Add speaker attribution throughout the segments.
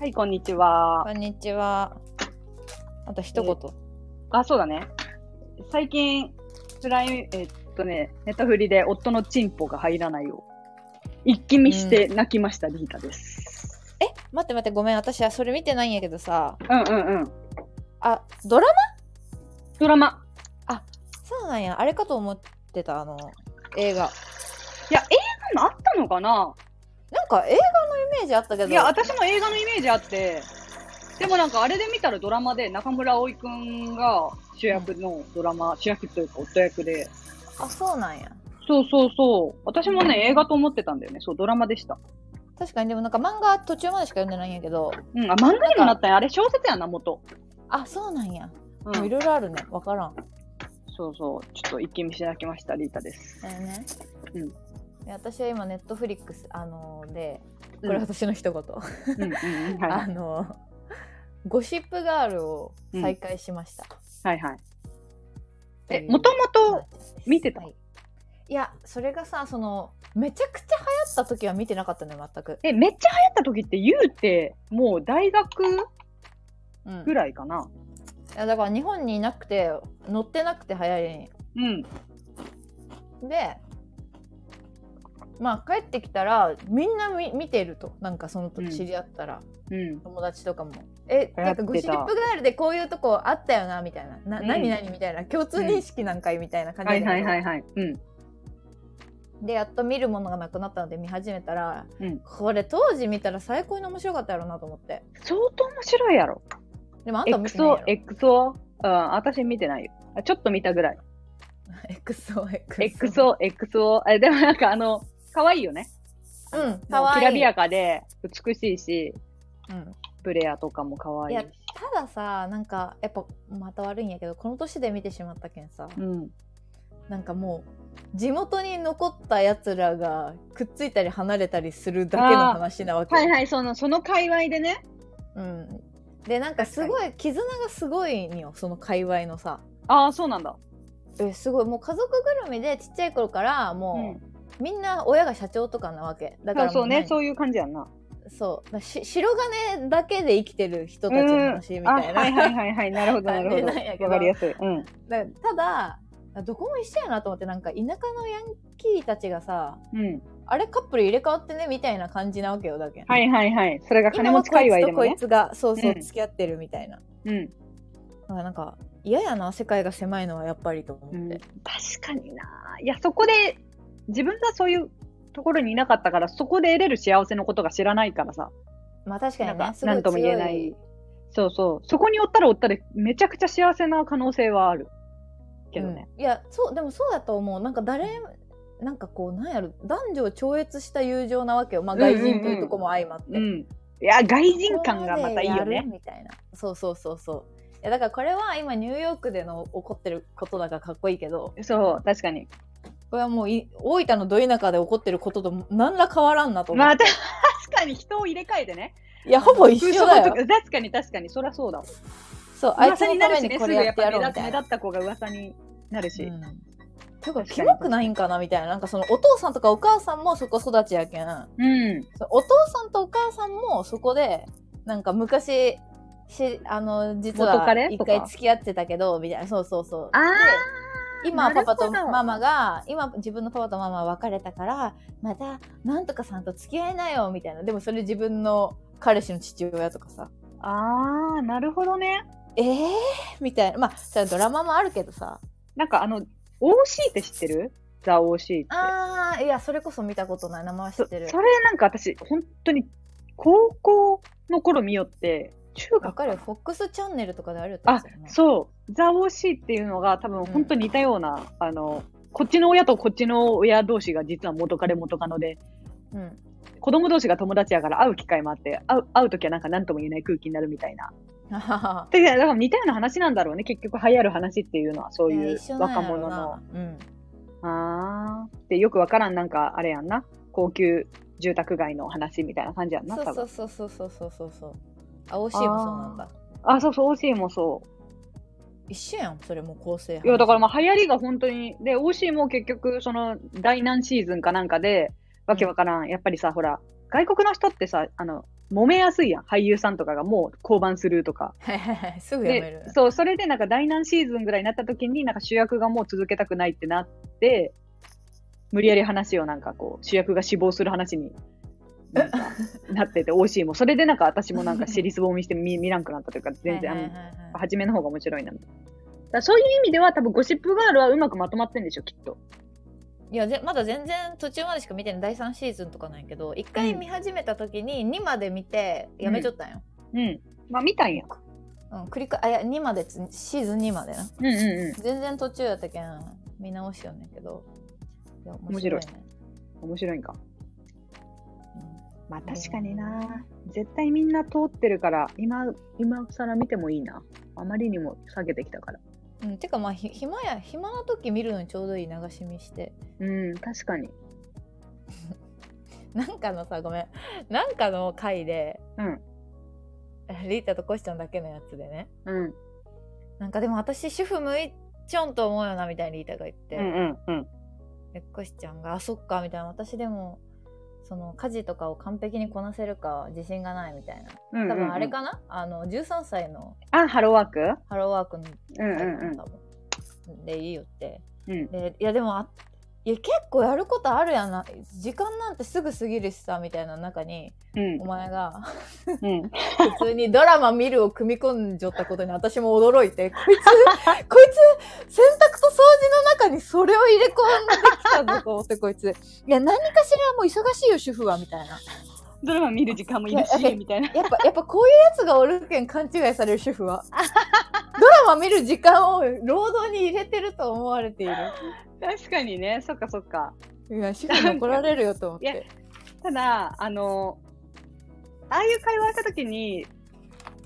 Speaker 1: はい、こんにちは
Speaker 2: こ。んにちは。あと一言。
Speaker 1: あ、そうだね。最近、辛い、えっとね、ネタフリで夫のチンポが入らないを一気見して泣きました、リータです。
Speaker 2: え、待って待って、ごめん、私はそれ見てないんやけどさ。
Speaker 1: うんうんうん。
Speaker 2: あ、ドラマ
Speaker 1: ドラマ。
Speaker 2: そうなんや。あれかと思ってた、あの、映画。
Speaker 1: いや、映画もあったのかな
Speaker 2: なんか映画のイメージあったけど。
Speaker 1: いや、私も映画のイメージあって、でもなんかあれで見たらドラマで中村葵くんが主役のドラマ、主役というか夫役で、
Speaker 2: あ、そうなんや。
Speaker 1: そうそうそう。私もね、映画と思ってたんだよね。そう、ドラマでした。
Speaker 2: 確かに、でもなんか漫画途中までしか読んでないんやけど。
Speaker 1: うん、あ、漫画にもなったんや。あれ、小説やな、元。
Speaker 2: あ、そうなんや。
Speaker 1: う
Speaker 2: もうい
Speaker 1: ん。
Speaker 2: ろいろあるね。わからん。
Speaker 1: そうそう。ちょっと一気見していただきました、リータ です。
Speaker 2: だよね。
Speaker 1: うん
Speaker 2: いや。私は今、ネットフリックス、あのーで、こ
Speaker 1: うん
Speaker 2: れ私の一言。
Speaker 1: うんうんうん。はいは
Speaker 2: あ
Speaker 1: い。
Speaker 2: のーゴシップガールを再開しました。
Speaker 1: はいはい。
Speaker 2: とい
Speaker 1: え、
Speaker 2: う
Speaker 1: もともと、見てた
Speaker 2: はい、いやそれがさそのめちゃくちゃ流行った時は見てなかったのよ全く、
Speaker 1: え、めっちゃ流行った時って、言うて、もう大学
Speaker 2: うん、
Speaker 1: ぐらいかな。
Speaker 2: いやだから日本にいなくて乗ってなくて流行りに
Speaker 1: うん。
Speaker 2: でまあ帰ってきたらみんなみ見てるとなんかその
Speaker 1: うん
Speaker 2: 時知り合ったら、
Speaker 1: うん。
Speaker 2: 友達とかも「え
Speaker 1: 流行
Speaker 2: な
Speaker 1: ってた
Speaker 2: んかゴシップガールでこういうとこあったよな」みたいな「な
Speaker 1: うん
Speaker 2: 何々」みたいな共通認識なんかいみたいな感じ
Speaker 1: は
Speaker 2: で,、
Speaker 1: いはいはいはい。うん。
Speaker 2: でやっと見るものがなくなったので見始めたら、
Speaker 1: うん
Speaker 2: これ当時見たら最高に面白かったやろうなと思って
Speaker 1: 相当面白いやろ。
Speaker 2: でもあんたも見てないや
Speaker 1: XO
Speaker 2: ろ、
Speaker 1: XO、うん、私見てないよ。あちょっと見たぐらい。
Speaker 2: XO、
Speaker 1: XO、
Speaker 2: XO。
Speaker 1: XO、え、でもなんかあの、可愛いよね。
Speaker 2: うん、か
Speaker 1: もう
Speaker 2: わい
Speaker 1: き
Speaker 2: い。
Speaker 1: らびやかで、美しいし、
Speaker 2: うん
Speaker 1: プレアとかも可愛いし
Speaker 2: いや。たださ、なんか、やっぱ、また悪いんやけど、この年で見てしまったけんさ、
Speaker 1: うん。
Speaker 2: なんかもう、地元に残ったやつらが、くっついたり離れたりするだけの話なわけ。
Speaker 1: はいはい、その、その界隈でね。
Speaker 2: うん。で、なんかすごい、絆がすごいんよ、その界隈のさ。
Speaker 1: ああ、そうなんだ。
Speaker 2: え、すごい、もう家族ぐるみで、ちっちゃい頃から、
Speaker 1: う
Speaker 2: も
Speaker 1: ん。
Speaker 2: う、みんな親が社長とかなわけ。だか
Speaker 1: そ
Speaker 2: ら
Speaker 1: う
Speaker 2: も
Speaker 1: そうね、
Speaker 2: 何
Speaker 1: そういう感じやんな。
Speaker 2: そうだし白金だけで生きてる人たちの話み
Speaker 1: あ、
Speaker 2: たいな。
Speaker 1: はいはいはいはい。なる ほど、なるほ
Speaker 2: 感じなんやけ
Speaker 1: ど。
Speaker 2: ど
Speaker 1: わかりやすい。うん。
Speaker 2: だただどこも一緒やなと思ってなんか田舎のヤンキーたちがさ
Speaker 1: うん。
Speaker 2: あれカップル入れ替わってねみたいな感じなわけよだけん、
Speaker 1: はいはいはい。それが金
Speaker 2: 今
Speaker 1: 持
Speaker 2: は
Speaker 1: ち
Speaker 2: こ
Speaker 1: 界
Speaker 2: い
Speaker 1: 隈
Speaker 2: つ
Speaker 1: で
Speaker 2: と
Speaker 1: も
Speaker 2: こ
Speaker 1: ね
Speaker 2: い。つがそうそう
Speaker 1: うん
Speaker 2: 付き合ってるみたいな、
Speaker 1: うん。
Speaker 2: だからなんか嫌やな世界が狭いのはやっぱりと思って、
Speaker 1: うん、確かにないやそこで自分がそういうところにいなかったからそこで得れる幸せのことが知らないからさ
Speaker 2: まあ確か
Speaker 1: な
Speaker 2: に
Speaker 1: ん
Speaker 2: ね
Speaker 1: か
Speaker 2: すごい
Speaker 1: 何とも言えな
Speaker 2: 強
Speaker 1: いそうそうそこにおったらおったでめちゃくちゃ幸せな可能性はあるけどね、
Speaker 2: うんいやそうでもそうだと思うなんか誰なんかこうなんやろ男女を超越した友情なわけよ、まあ、外人というとこも相まって、
Speaker 1: うんいや外人感がまたいいよ
Speaker 2: ここまでや
Speaker 1: ね
Speaker 2: るみたいなそうそうそうそういやだからこれは今ニューヨークでの起こってることだからかっこいいけど
Speaker 1: そう確かに
Speaker 2: これはもうい大分のど田舎で起こってることと何ら変わらんなと思う、
Speaker 1: まあた確かに人を入れ替えてね
Speaker 2: いやほぼ一緒だ
Speaker 1: 風俗
Speaker 2: よ
Speaker 1: とか確かに確かにそりゃそうだわ
Speaker 2: そうあいつ
Speaker 1: 噂
Speaker 2: の
Speaker 1: にな
Speaker 2: た
Speaker 1: る
Speaker 2: め
Speaker 1: し
Speaker 2: に
Speaker 1: ね
Speaker 2: こ
Speaker 1: すぐ
Speaker 2: れ
Speaker 1: や
Speaker 2: や
Speaker 1: っ
Speaker 2: っ
Speaker 1: ぱ
Speaker 2: てや
Speaker 1: 目
Speaker 2: ろう
Speaker 1: 立つ
Speaker 2: みた
Speaker 1: 目立
Speaker 2: いな
Speaker 1: った子が噂になるし、
Speaker 2: うんてか
Speaker 1: 確かに
Speaker 2: キモくないんかなみたいななんかそのお父さんとかお母さんもそこ育ちやけん
Speaker 1: うん
Speaker 2: そうお父さんとお母さんもそこでなんか昔しあの実
Speaker 1: 元
Speaker 2: は
Speaker 1: カレ
Speaker 2: 一
Speaker 1: とか
Speaker 2: 回付き合ってたけどみたいなそうそうそう
Speaker 1: あ
Speaker 2: 今
Speaker 1: なる
Speaker 2: パ
Speaker 1: ほ
Speaker 2: パ
Speaker 1: ど
Speaker 2: とママが今自分のパパとママは別れたからまたなんとかさんと付き合いなよみたいなでもそれ自分の彼氏の父親とかさ
Speaker 1: ああーなるほどね
Speaker 2: えー、みたいなまあそれはドラマもあるけどさ
Speaker 1: なんかあの、OC って知ってるザ・ OC って。
Speaker 2: あーいやそれこそ見たことない名前は知
Speaker 1: そ
Speaker 2: ってる
Speaker 1: それなんか私、本当に高校の頃見よって、中
Speaker 2: わ
Speaker 1: 学
Speaker 2: かるよフォックスチャンネルとかであるってや
Speaker 1: あ
Speaker 2: つだよね
Speaker 1: そう、ザ・ OC っていうのが多分本当に似たような、あの、こっちの親とこっちの親同士が実は元彼元カノで、
Speaker 2: うん
Speaker 1: 子供同士が友達やから会う機会もあって、会う会う時はなんか何とも言えない空気になるみたいな。
Speaker 2: あはは
Speaker 1: でだから似たような話なんだろうね、結局流行る話っていうのは、 そうい
Speaker 2: ね
Speaker 1: う
Speaker 2: 一緒なんや
Speaker 1: 若
Speaker 2: ろ
Speaker 1: 者
Speaker 2: な
Speaker 1: の。
Speaker 2: うん
Speaker 1: あーでよくわからんなんかあれやんな高級住宅街の話みたいな感じやんな
Speaker 2: そ
Speaker 1: 多
Speaker 2: うそ
Speaker 1: 分
Speaker 2: うそうそうそうそうそうそうあ OC もそうなんだ
Speaker 1: あそうそう OC もそ
Speaker 2: 一緒やんそれもう構成
Speaker 1: ういやだから
Speaker 2: あ
Speaker 1: まあ流行りが本当にで OC も結局その第何シーズンかなんかでわけわからん、やっぱりさほら外国の人ってさあの揉めやすいやん。俳優さんとかがもう降板するとか。
Speaker 2: はいはいはい。 すぐやめる
Speaker 1: で。、そう、それでなんか第何シーズンぐらいになった時に、なんか主役がもう続けたくないってなって、無理やり話をなんかこう、主役が死亡する話になんかなってて、OC も。それでなんか私もなんか尻すぼみして見見らんくなったというか、全然、あ
Speaker 2: はい
Speaker 1: の
Speaker 2: はいはいはい
Speaker 1: 初めの方が面白いな。だからそういう意味では多分ゴシップガールはうまくまとまってんでしょ、きっと。
Speaker 2: いやぜまだ全然途中までしか見てない第3シーズンとかなんやけど1回見始めた時に2まで見てやめちゃったんよ、
Speaker 1: うん。まあ見たんや。
Speaker 2: うん繰り返あいや2までつシーズン2までな
Speaker 1: うんうんう
Speaker 2: 全然途中やったけん見直しよんねんけどいや面白いね
Speaker 1: ん。面白いんか。
Speaker 2: うん
Speaker 1: まあ確かにな。絶対みんな通ってるから、今、今更見てもいいな。あまりにも下げてきたから。
Speaker 2: うん、てかまあひ暇や暇な時見るのにちょうどいい流し見して
Speaker 1: うん、確かに。
Speaker 2: なんかのさごめんなんかの回で、
Speaker 1: うん
Speaker 2: リータとコシちゃんだけのやつでね
Speaker 1: うん。
Speaker 2: なんかでも私主婦向いちょんと思うよなみたいにリータが言って、
Speaker 1: うんうんうん。
Speaker 2: でコシちゃんが「あそっか」みたいな私でもその家事とかを完璧にこなせるか自信がないみたいな
Speaker 1: うんうんうん
Speaker 2: 多分あれかな、あの13歳の
Speaker 1: あ、ハローワーク
Speaker 2: ハローワークの
Speaker 1: うんうん
Speaker 2: 回
Speaker 1: うん
Speaker 2: だ。もんでいいよって
Speaker 1: うん
Speaker 2: でいやでもあいや結構やることあるやんな時間なんてすぐ過ぎるしさみたいな中に
Speaker 1: うん
Speaker 2: お前が
Speaker 1: うん。
Speaker 2: 普通にドラマ見るを組み込んじゃったことに私も驚い てこいつこいつ洗濯と掃除の中にそれを入れ込んできたぞと 思ってこいついや何かしらもう忙しいよ主婦はみたいな
Speaker 1: ドラマ見る時間もいる し、みたいな。
Speaker 2: やっぱやっぱこういうやつがおるけん勘違いされる主婦 はドラマ見る時間を労働に入れてると思われている
Speaker 1: 確かにね、そっかそっか。
Speaker 2: いや主婦に怒られるよと思っ
Speaker 1: いや
Speaker 2: て
Speaker 1: ただ、あの、ああいう会話したときに、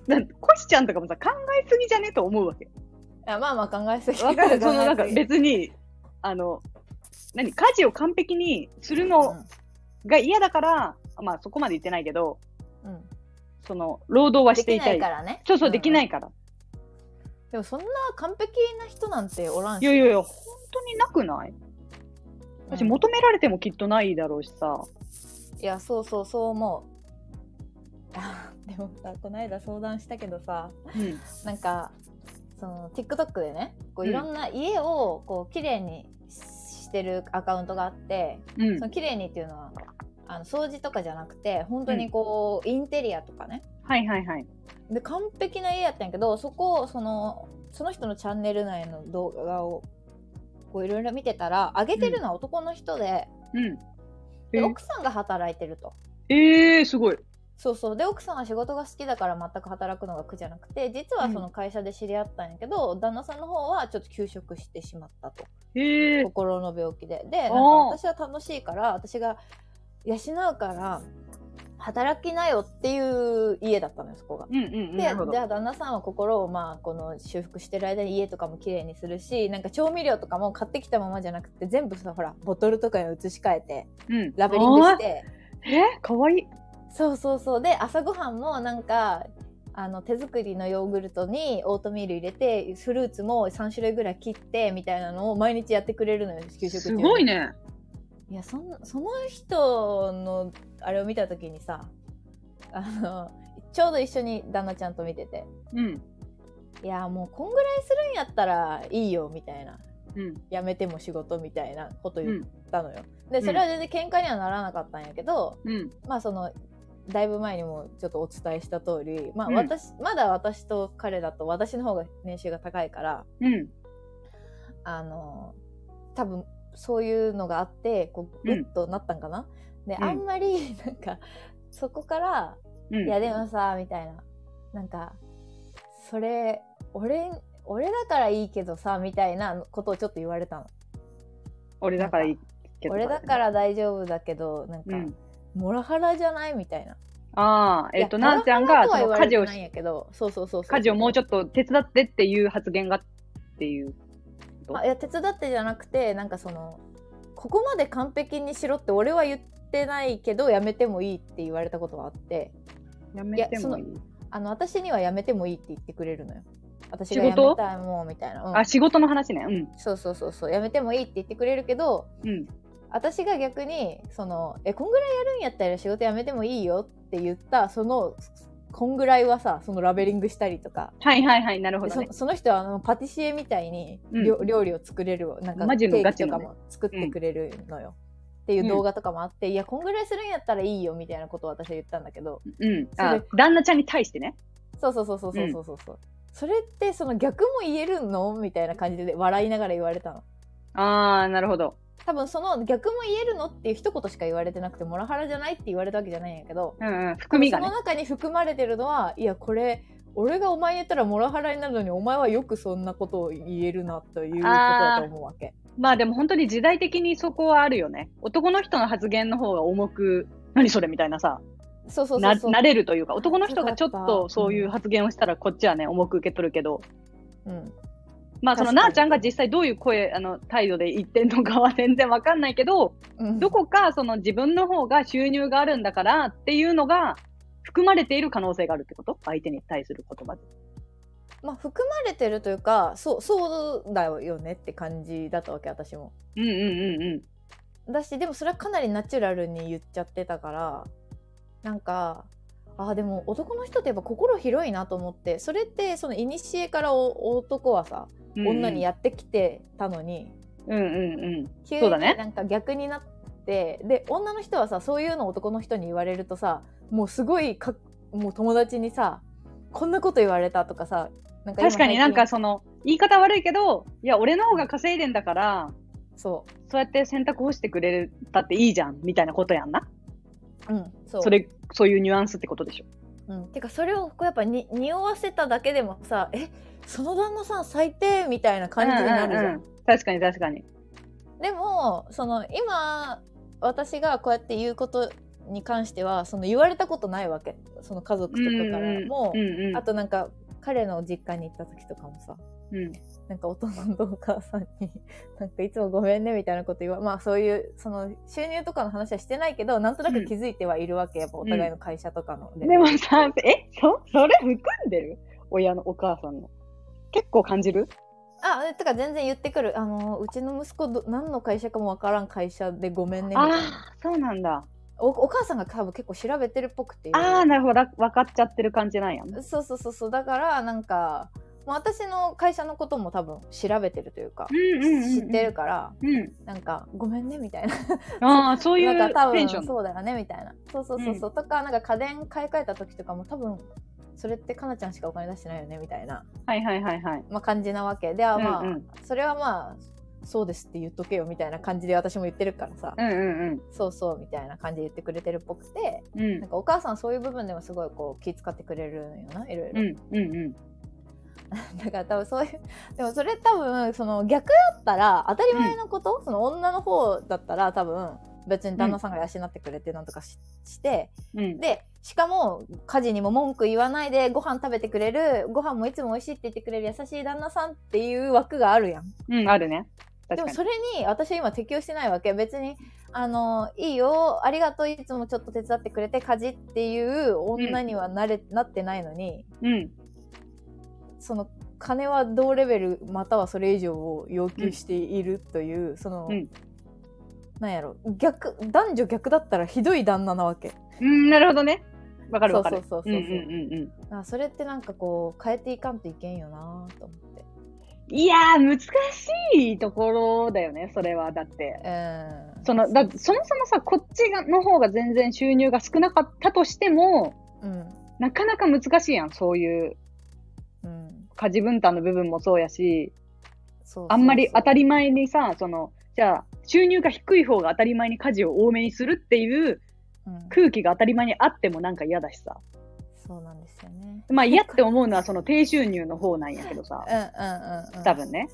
Speaker 1: なんコシちゃんとかもさ、考えすぎじゃねと思うわけ。
Speaker 2: あまあまあ考えすぎ
Speaker 1: わかるそのなんか
Speaker 2: 考えすぎ
Speaker 1: 別に、あの、何、家事を完璧にするのが嫌だから、まあそこまで言ってないけど、
Speaker 2: うんうん
Speaker 1: その、労働は
Speaker 2: で
Speaker 1: して
Speaker 2: き
Speaker 1: い
Speaker 2: な
Speaker 1: た
Speaker 2: い
Speaker 1: い。
Speaker 2: からね、
Speaker 1: そうそう、できないいから。
Speaker 2: うんでもそんな完璧な人なんておらん
Speaker 1: い
Speaker 2: し
Speaker 1: やいやいや、本当になくない私、
Speaker 2: うん
Speaker 1: 求められてもきっとないだろうしさ。
Speaker 2: いやそうそうそう思うあでもさこの間相談したけどさ
Speaker 1: うん。
Speaker 2: なんかその TikTok でねこう
Speaker 1: うん
Speaker 2: いろんな家をこう綺麗にしてるアカウントがあって、
Speaker 1: うん
Speaker 2: そ。の綺麗にっていうのはあの掃除とかじゃなくて本当にこう、インテリアとかね
Speaker 1: はいはいはい。
Speaker 2: で完璧な家やったんやけどそこをそのその人のチャンネル内の動画をこういろいろ見てたら上げてるのは男の人で,、
Speaker 1: うん。
Speaker 2: で
Speaker 1: え
Speaker 2: 奥さんが働いてると。
Speaker 1: えー、すごい。
Speaker 2: そうそうで奥さんは仕事が好きだから全く働くのが苦じゃなくて実はその会社で知り合ったんやけど、旦那さんの方はちょっと休職してしまったと
Speaker 1: ええー。
Speaker 2: 心の病気ででなんか
Speaker 1: おー
Speaker 2: 私は楽しいから私が養うから働きなよっていう家だったのよそこが。
Speaker 1: うんうんうん。
Speaker 2: で
Speaker 1: なるほど
Speaker 2: じゃあ旦那さんは心をまあこの修復してる間に家とかも綺麗にするしなんか調味料とかも買ってきたままじゃなくて全部さほらボトルとかに移し替えて
Speaker 1: うん。
Speaker 2: ラベリングして。
Speaker 1: あー。えかわいい。
Speaker 2: そうそうそうで朝ごはんもなんかあの手作りのヨーグルトにオートミール入れてフルーツも3種類ぐらい切ってみたいなのを毎日やってくれるのよ給食中
Speaker 1: すごい
Speaker 2: ね
Speaker 1: ね。
Speaker 2: いやそんその人のあれを見た時にさあのちょうど一緒に旦那ちゃんと見てて
Speaker 1: うん。
Speaker 2: いやもうこんぐらいするんやったらいいよみたいな
Speaker 1: うん。
Speaker 2: やめても仕事みたいなこと
Speaker 1: う
Speaker 2: 言
Speaker 1: ん。
Speaker 2: ったのよ、でそれは全然喧嘩にはならなかったんやけど、
Speaker 1: うん。
Speaker 2: まあそのだいぶ前にもちょっとお伝えした通り、まあ
Speaker 1: うん
Speaker 2: 私まだ私と彼だと私の方が年収が高いから
Speaker 1: うん。
Speaker 2: あの多分そういうのがあってこうグ
Speaker 1: うん
Speaker 2: ッとなったんかな、で
Speaker 1: うん
Speaker 2: あんまり なんかそこから
Speaker 1: うん。
Speaker 2: 「いやでもさ」みたいななんか「それ俺俺だからいいけどさ」みたいなことをちょっと言われたの
Speaker 1: 俺だからいいけど。
Speaker 2: 俺だから大丈夫だけどなん
Speaker 1: う
Speaker 2: か、
Speaker 1: ん。
Speaker 2: モラハラじゃないみたいな
Speaker 1: ああ、えっ、と、
Speaker 2: いや
Speaker 1: なんちゃんが、そ
Speaker 2: パ
Speaker 1: の
Speaker 2: ワハ
Speaker 1: 家事
Speaker 2: ラとは言
Speaker 1: を
Speaker 2: われてないんやけど、そうそうそうそう。
Speaker 1: 家事をもうちょっと手伝ってっていう発言がっていう。と
Speaker 2: あいや、手伝ってじゃなくて、なんかその、ここまで完璧にしろって俺は言ってないけど、やめてもいいって言われたことがあって、
Speaker 1: やめてもいい。
Speaker 2: あの、私にはやめてもいいって言ってくれるのよ。私が
Speaker 1: 仕
Speaker 2: や
Speaker 1: 事
Speaker 2: めたいもんみたいな。うん
Speaker 1: あ、仕事の話ね。うん。
Speaker 2: そうそうそうそう。やめてもいいって言ってくれるけど、
Speaker 1: うん。
Speaker 2: 私が逆にそのえこんぐらいやるんやったら仕事辞めてもいいよって言ったそのこんぐらいはさそのラベリングしたりとか
Speaker 1: はいはいはい、なるほ
Speaker 2: で
Speaker 1: ど
Speaker 2: そ
Speaker 1: ね。
Speaker 2: その人はあのパティシエみたいに、
Speaker 1: うん
Speaker 2: 料料理を作れるなんか
Speaker 1: マジ
Speaker 2: ケ
Speaker 1: の
Speaker 2: ー
Speaker 1: ガ
Speaker 2: キ
Speaker 1: チ
Speaker 2: と
Speaker 1: の
Speaker 2: か
Speaker 1: ね
Speaker 2: も作ってくれるのよ、っていう動画とかもあって、いやこんぐらいするんやったらいいよみたいなことを私は言ったんだけど
Speaker 1: うん。
Speaker 2: そ
Speaker 1: あ
Speaker 2: れ、
Speaker 1: 旦那ちゃんに対してね。
Speaker 2: そうそうそうそうそうそうそう、それってその逆も言えるのみたいな感じで笑いながら言われたの
Speaker 1: ああ、なるほど。
Speaker 2: 多分その逆も言えるのっていう一言しか言われてなくてモラハラじゃないって言われたわけじゃないんやけど
Speaker 1: うんうん。含みが
Speaker 2: そ
Speaker 1: ね
Speaker 2: の。中に含まれてるのはいやこれ俺がお前に言ったらモラハラになるのにお前はよくそんなことを言えるなということだと思うわけ。
Speaker 1: まあでも本当に時代的にそこはあるよね。男の人の発言の方が重く、何それみたいなさ、
Speaker 2: そうそうそ
Speaker 1: な
Speaker 2: うそう。
Speaker 1: なれるというか、男の人がちょっ
Speaker 2: よかっ
Speaker 1: と
Speaker 2: た
Speaker 1: そういう発言をしたらこっちはね、重く受け取るけど、
Speaker 2: うん、
Speaker 1: まあその
Speaker 2: 確かに
Speaker 1: なあちゃんが実際どういう声、あの、態度で言ってんのかは 全然わかんないけど、
Speaker 2: うん
Speaker 1: どこかその自分の方が収入があるんだからっていうのが含まれている可能性があるってこと相手に対する言葉で。
Speaker 2: まあ含まれてるというかそうそうだよねって感じだったわけ私も。
Speaker 1: うんうんうんうん。
Speaker 2: だしでもそれはかなりナチュラルに言っちゃってたからなんかあーでも男の人ってやっぱ心広いなと思ってそれってその古からお男はさ
Speaker 1: うんうん
Speaker 2: 女にやってきてたのに、
Speaker 1: うんうんうん。
Speaker 2: 急
Speaker 1: そ
Speaker 2: に
Speaker 1: うだね
Speaker 2: なんか逆になって、で女の人はさそういうの男の人に言われるとさもうすごいかもう友達にさこんなこと言われたとかさなんか今
Speaker 1: 確かになん
Speaker 2: 最
Speaker 1: かその、言い方悪いけど、いや、俺の方が稼いでんだから、
Speaker 2: 近そ
Speaker 1: そうやって洗濯干してくれたっていいじゃん、みたいなことやんな。
Speaker 2: う、うん、そう
Speaker 1: それ、そういうニュアンスってことでしょ。
Speaker 2: うん、てかそれをこうやっぱに匂わせただけでもさえその旦那さん最低みたいな感じになるじゃん,、
Speaker 1: うんうんうん確かに確かに。
Speaker 2: でもその今私がこうやって言うことに関してはその言われたことないわけその家族とかからも、
Speaker 1: うんうんうん
Speaker 2: あとなんか彼の実家に行った時とかもさ
Speaker 1: うん
Speaker 2: なんかお父さんとお母さんに なんかいつもごめんねみたいなこと言わまあそういうその収入とかの話はしてないけどなんとなく気づいてはいるわけ、やっぱお互いの会社とかので、
Speaker 1: でもさ、え、そ、それ含んでる親のお母さんの。結構感じる
Speaker 2: あえてか全然言ってくるあのうちの息子ど何の会社かもわからん会社でごめんねみたいな
Speaker 1: ああ、そうなんだ。
Speaker 2: おお母さんが多分結構調べてるっぽくて
Speaker 1: ああ、なるほど。分かっちゃってる感じなんや。
Speaker 2: そうそうそうそうだからなんか、まあ、私の会社のことも多分調べてるというか、
Speaker 1: うんうんうんうん
Speaker 2: 知ってるから
Speaker 1: うん。
Speaker 2: なんかごめんねみたいな
Speaker 1: ああ、そうい
Speaker 2: なん
Speaker 1: う
Speaker 2: か多
Speaker 1: テ
Speaker 2: 分
Speaker 1: ンション。
Speaker 2: そうだよねみたいなそうそうそうそう、とかなんか家電買い替えた時とかも多分それってかなちゃんしかお金出してないよねみたいな、
Speaker 1: はいはいはいはい。
Speaker 2: まあ、感じなわけであまあ、
Speaker 1: うんうん
Speaker 2: それはまあそうですって言っとけよみたいな感じで私も言ってるからさ、
Speaker 1: うんうん
Speaker 2: そうそうみたいな感じで言ってくれてるっぽくて
Speaker 1: うん。うん
Speaker 2: なんかお母さんそういう部分でもすごいこう気遣ってくれるのよないろいろ、
Speaker 1: うんうんうん。
Speaker 2: だから多分そういうでもそれ多分その逆だったら当たり前のこと、その女の方だったら多分別に旦那さんが養ってくれてなんとかし,、て
Speaker 1: うん
Speaker 2: でしかも家事にも文句言わないでご飯食べてくれるご飯もいつも美味しいって言ってくれる優しい旦那さんっていう枠があるやん
Speaker 1: うん、あるね。
Speaker 2: で
Speaker 1: 確
Speaker 2: も
Speaker 1: かに。
Speaker 2: それに私は今適用してないわけ別にあのいいよありがとういつもちょっと手伝ってくれて家事っていう女にはなれ、なってないのに
Speaker 1: うん。
Speaker 2: その金は同レベルまたはそれ以上を要求しているという、その、
Speaker 1: うん
Speaker 2: なんやろ逆男女逆だったらひどい旦那なわけ
Speaker 1: うん、なるほどね。わかるわかる。
Speaker 2: そうそうそう
Speaker 1: うん
Speaker 2: そううそうん
Speaker 1: うん
Speaker 2: あそれってなんかこう変えていかんといけんよなと思って
Speaker 1: うん。いやー、難しいところだよね、それは。だって。
Speaker 2: うん
Speaker 1: その、だそもそもさ、こっちがの方が全然収入が少なかったとしても、
Speaker 2: うん
Speaker 1: なかなか難しいやん、そういう
Speaker 2: うん
Speaker 1: 家事分担の部分もそうやし、
Speaker 2: そうそうそう
Speaker 1: あんまり当たり前にさ、その、じゃあ、収入が低い方が当たり前に家事を多めにするっていう
Speaker 2: うん
Speaker 1: 空気が当たり前にあってもなんか嫌だしさ。
Speaker 2: そうなんですよね
Speaker 1: まあ嫌って思うのはその低収入の方なんやけどさ
Speaker 2: う、んうんうんうん
Speaker 1: 多分ね。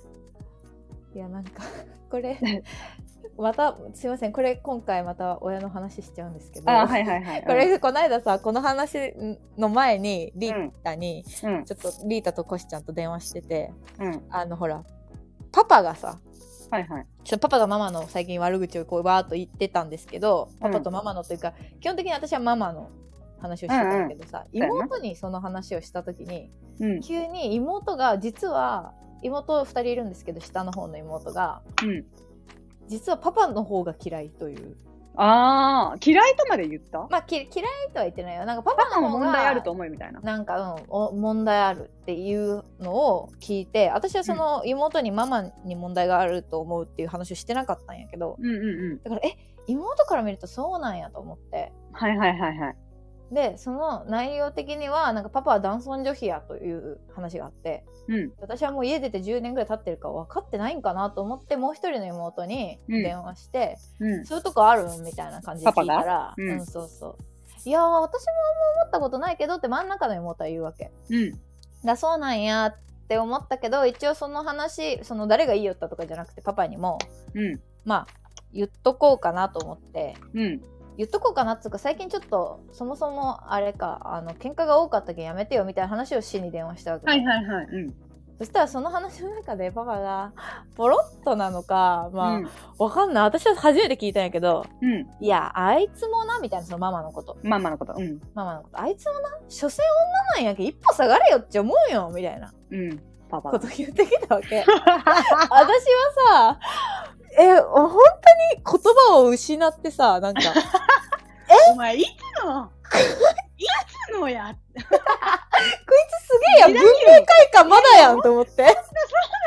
Speaker 2: いやなんかこれまたすいませんこれ今回また親の話しちゃうんですけど
Speaker 1: あーはいはいはい。
Speaker 2: これこの間さこの話の前にリ
Speaker 1: う
Speaker 2: ー
Speaker 1: ん
Speaker 2: タに、
Speaker 1: うん、
Speaker 2: ちょっとリータとコシちゃんと電話してて
Speaker 1: うん、
Speaker 2: あのほらパパがさ
Speaker 1: はいはい。
Speaker 2: ちょっとパパがママの最近悪口をこうわーっと言ってたんですけどパパとママのというか、基本的に私はママの話をしてたんだけどさ、
Speaker 1: うんうんそうやな
Speaker 2: 妹にその話をした時に
Speaker 1: うん、うん、
Speaker 2: 急に妹が実は妹2人いるんですけど下の方の妹が実はパパの方が嫌いという。
Speaker 1: ああ、嫌いとまで言った
Speaker 2: まあ、き嫌いとは言ってないよ。なんかパ
Speaker 1: パ
Speaker 2: パ
Speaker 1: パ
Speaker 2: の
Speaker 1: も
Speaker 2: 方が
Speaker 1: 問題あると思うみたいな。
Speaker 2: なんか、うん、お問題あるっていうのを聞いて私はその妹にママに問題があると思うっていう話をしてなかったんやけど
Speaker 1: うんうんうん。
Speaker 2: だからえ妹から見るとそうなんやと思って
Speaker 1: はいはいはいはい。
Speaker 2: でその内容的にはなんかパパは男尊女卑やという話があって
Speaker 1: うん。
Speaker 2: 私はもう家出て10年ぐらい経ってるから分かってないんかなと思ってもう一人の妹に
Speaker 1: うん
Speaker 2: 電話して、
Speaker 1: うん。
Speaker 2: そういうとこあるみたいな感じで聞いた
Speaker 1: パパ
Speaker 2: ら、
Speaker 1: うん
Speaker 2: うん、そうそういやー私もあんま思ったことないけどって真ん中の妹は言うわけ。
Speaker 1: うん。
Speaker 2: だそうなんやって思ったけど一応その話その誰が言いよったとかじゃなくてパパにも
Speaker 1: うん。
Speaker 2: まあ言っとこうかなと思って
Speaker 1: うん。
Speaker 2: 言っとこうかなっつうか最近ちょっとそもそもあれかあの喧嘩が多かったけんやめてよみたいな話をしに電話したわけ、
Speaker 1: はいはいはい。うん。
Speaker 2: そしたらその話の中でパパがポロッとなのかまあ、
Speaker 1: うん
Speaker 2: わかんない私は初めて聞いたんやけど
Speaker 1: うん。
Speaker 2: いやあいつもなみたいなそのママのこと
Speaker 1: ママのこと。うん。
Speaker 2: ママのことあいつもな所詮女なんやけん一歩下がれよって思うよみたいな
Speaker 1: うん。パパ
Speaker 2: こ
Speaker 1: が。
Speaker 2: と言ってきたわけ。私はさ、え、本当に言葉を失って さ、なんか、
Speaker 1: お前、いつ のいつのやった
Speaker 2: こいつすげえやん、文明
Speaker 1: よ。
Speaker 2: 開化まだやんと思って、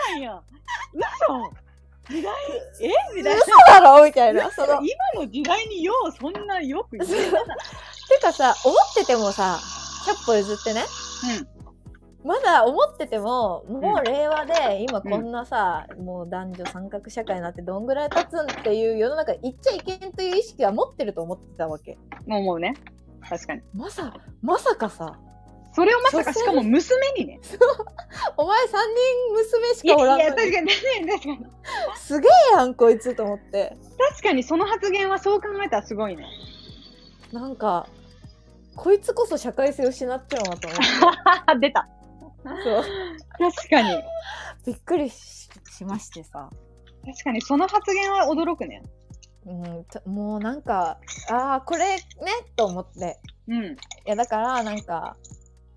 Speaker 1: なんや。 嘘時代、え時
Speaker 2: 嘘
Speaker 1: 代。
Speaker 2: だろみたいな。 その、
Speaker 1: 今の時代にようそんなよく言
Speaker 2: そう
Speaker 1: う。
Speaker 2: てかさ、思っててもさ、100歩譲ってね、まだ思ってても、もう令和で、今こんなさ、もう男女三角社会になってどんぐらい経つんっていう世の中言っちゃいけんという意識は持ってると思ってたわけ。
Speaker 1: うん。もう思うね。確かに。
Speaker 2: まさ、まさかさ、
Speaker 1: それをまさか、
Speaker 2: そうそう
Speaker 1: しかも娘にね。
Speaker 2: お前3人娘し
Speaker 1: いや
Speaker 2: か
Speaker 1: い
Speaker 2: おらん
Speaker 1: や、
Speaker 2: の
Speaker 1: 確か
Speaker 2: に
Speaker 1: に、確かに、確かに。
Speaker 2: すげえやんこいつと思って
Speaker 1: 確かにその発言はそう考えたらすごいね。
Speaker 2: なんかこいつこそ社会性失っちゃうなと思って
Speaker 1: 出た。
Speaker 2: そう
Speaker 1: 確かに。
Speaker 2: びっくりししましてさ、
Speaker 1: 確かにその発言は驚くね。
Speaker 2: うん、ともうなんかああこれねと思って
Speaker 1: うん。
Speaker 2: いやだからなんか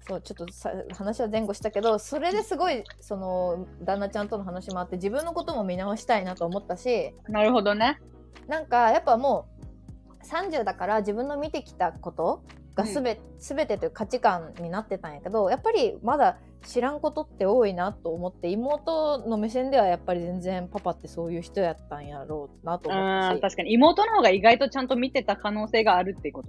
Speaker 2: そうちょっとさ話は前後したけどそれですごいその旦那ちゃんとの話もあって自分のことも見直したいなと思ったし
Speaker 1: なるほどね。
Speaker 2: なんかやっぱもう30だから自分の見てきたことがすべ,、全てという価値観になってたんやけどやっぱりまだ知らんことって多いなと思って妹の目線ではやっぱり全然パパってそういう人やったんやろうなと
Speaker 1: う
Speaker 2: 思っ
Speaker 1: ん。
Speaker 2: たし。
Speaker 1: 確かに妹の方が意外とちゃんと見てた可能性があるっていうこと。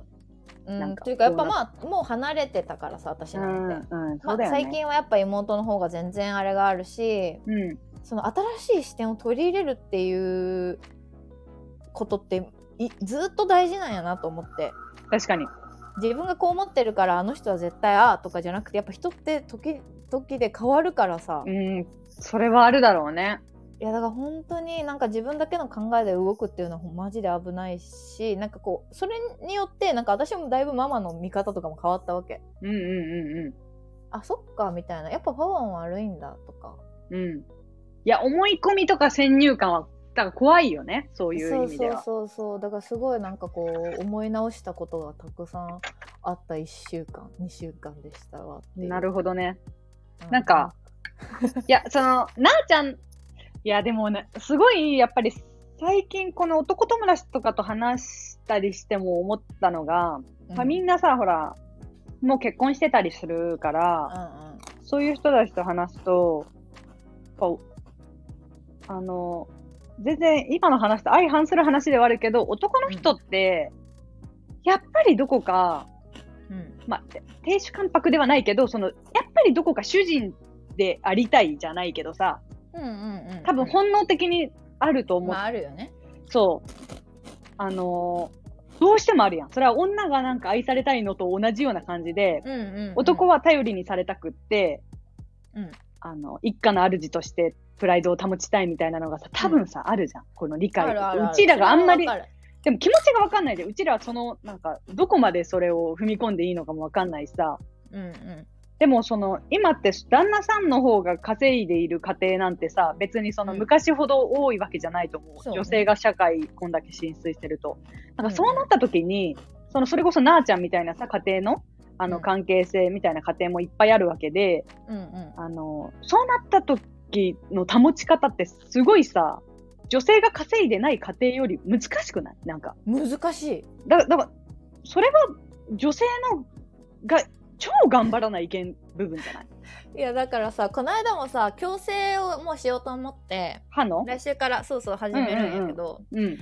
Speaker 2: うん
Speaker 1: なんか
Speaker 2: というかやっぱまあもう離れてたからさ私なんて。
Speaker 1: うん。
Speaker 2: まあ最。近はやっぱ妹の方が全然あれがあるし
Speaker 1: うん。
Speaker 2: その新しい視点を取り入れるっていうことっていずっと大事なんやなと思って
Speaker 1: 確かに。
Speaker 2: 自分がこう思ってるからあの人は絶対ああとかじゃなくてやっぱ人って時々で変わるからさ、
Speaker 1: う
Speaker 2: い
Speaker 1: ん。それはあるだろうね。
Speaker 2: やだから本当になんか自分だけの考えで動くっていうのはほんマジで危ないしなんかこうそれによってなんか私もだいぶママの見方とかも変わったわけ
Speaker 1: うんうん
Speaker 2: あそっかみたいなやっぱパワーは悪いんだとか
Speaker 1: うんうん。うん。いや、思い込みとか先入観は、だから怖いよね。そういう
Speaker 2: そ
Speaker 1: 意
Speaker 2: う
Speaker 1: 味
Speaker 2: そ
Speaker 1: で
Speaker 2: う
Speaker 1: は。
Speaker 2: そうそうだからすごいなんかこう思い直したことがたくさんあった1週間2週間でしたわっていう
Speaker 1: なるほどね。
Speaker 2: う
Speaker 1: なんかいや、その、なあちゃん、いや、でもね、すごい、やっぱり、最近、この男友達とかと話したりしても思ったのが、
Speaker 2: うん
Speaker 1: まあみんなさ、ほら、もう結婚してたりするか
Speaker 2: うんう
Speaker 1: ら、
Speaker 2: ん
Speaker 1: そういう人たちと話すと、やっぱあの、全然今の話と相反する話ではあるけど、男の人って、やっぱりどこか、
Speaker 2: うん
Speaker 1: まあ、亭主関白ではないけど、その、やっぱりどこか主人でありたいじゃないけどさ、
Speaker 2: うんうんうん
Speaker 1: 多分本能的にあると思う、
Speaker 2: まああるよね
Speaker 1: そうあのーどうしてもあるやんそれは女がなんか愛されたいのと同じような感じで、
Speaker 2: うんうんうん、
Speaker 1: 男は頼りにされたくって、
Speaker 2: うん
Speaker 1: あの一家の主としてプライドを保ちたいみたいなのがさ多分さ、あるじゃんこの理解
Speaker 2: あるあるある
Speaker 1: うちらがあんまり
Speaker 2: それはわか
Speaker 1: でも気持ちが分かんないじゃんうちらはそのなんかどこまでそれを踏み込んでいいのかも分かんないしさ
Speaker 2: るうんうん
Speaker 1: でもその今って旦那さんの方が稼いでいる家庭なんてさ別にその
Speaker 2: うん
Speaker 1: 昔ほど多いわけじゃないと思う,、
Speaker 2: そうね
Speaker 1: 女性が社会こんだけ進出してるとなん
Speaker 2: うん
Speaker 1: かそうなった時に、そのそれこそなあちゃんみたいなさ家庭のあ
Speaker 2: う
Speaker 1: の
Speaker 2: ん
Speaker 1: 関係性みたいな家庭もいっぱいあるわけで、
Speaker 2: うんうん
Speaker 1: あのそうなった時の保ち方ってすごいさ女性が稼いでない家庭より難しくないなんか。
Speaker 2: 難しい。
Speaker 1: だだから、それは女性のが超頑張らないけん部分じゃない
Speaker 2: いや、だからさ、この間もさ、矯正をもうしようと思って、
Speaker 1: 歯の
Speaker 2: 来週からそうそう始めるんやけど、
Speaker 1: うん。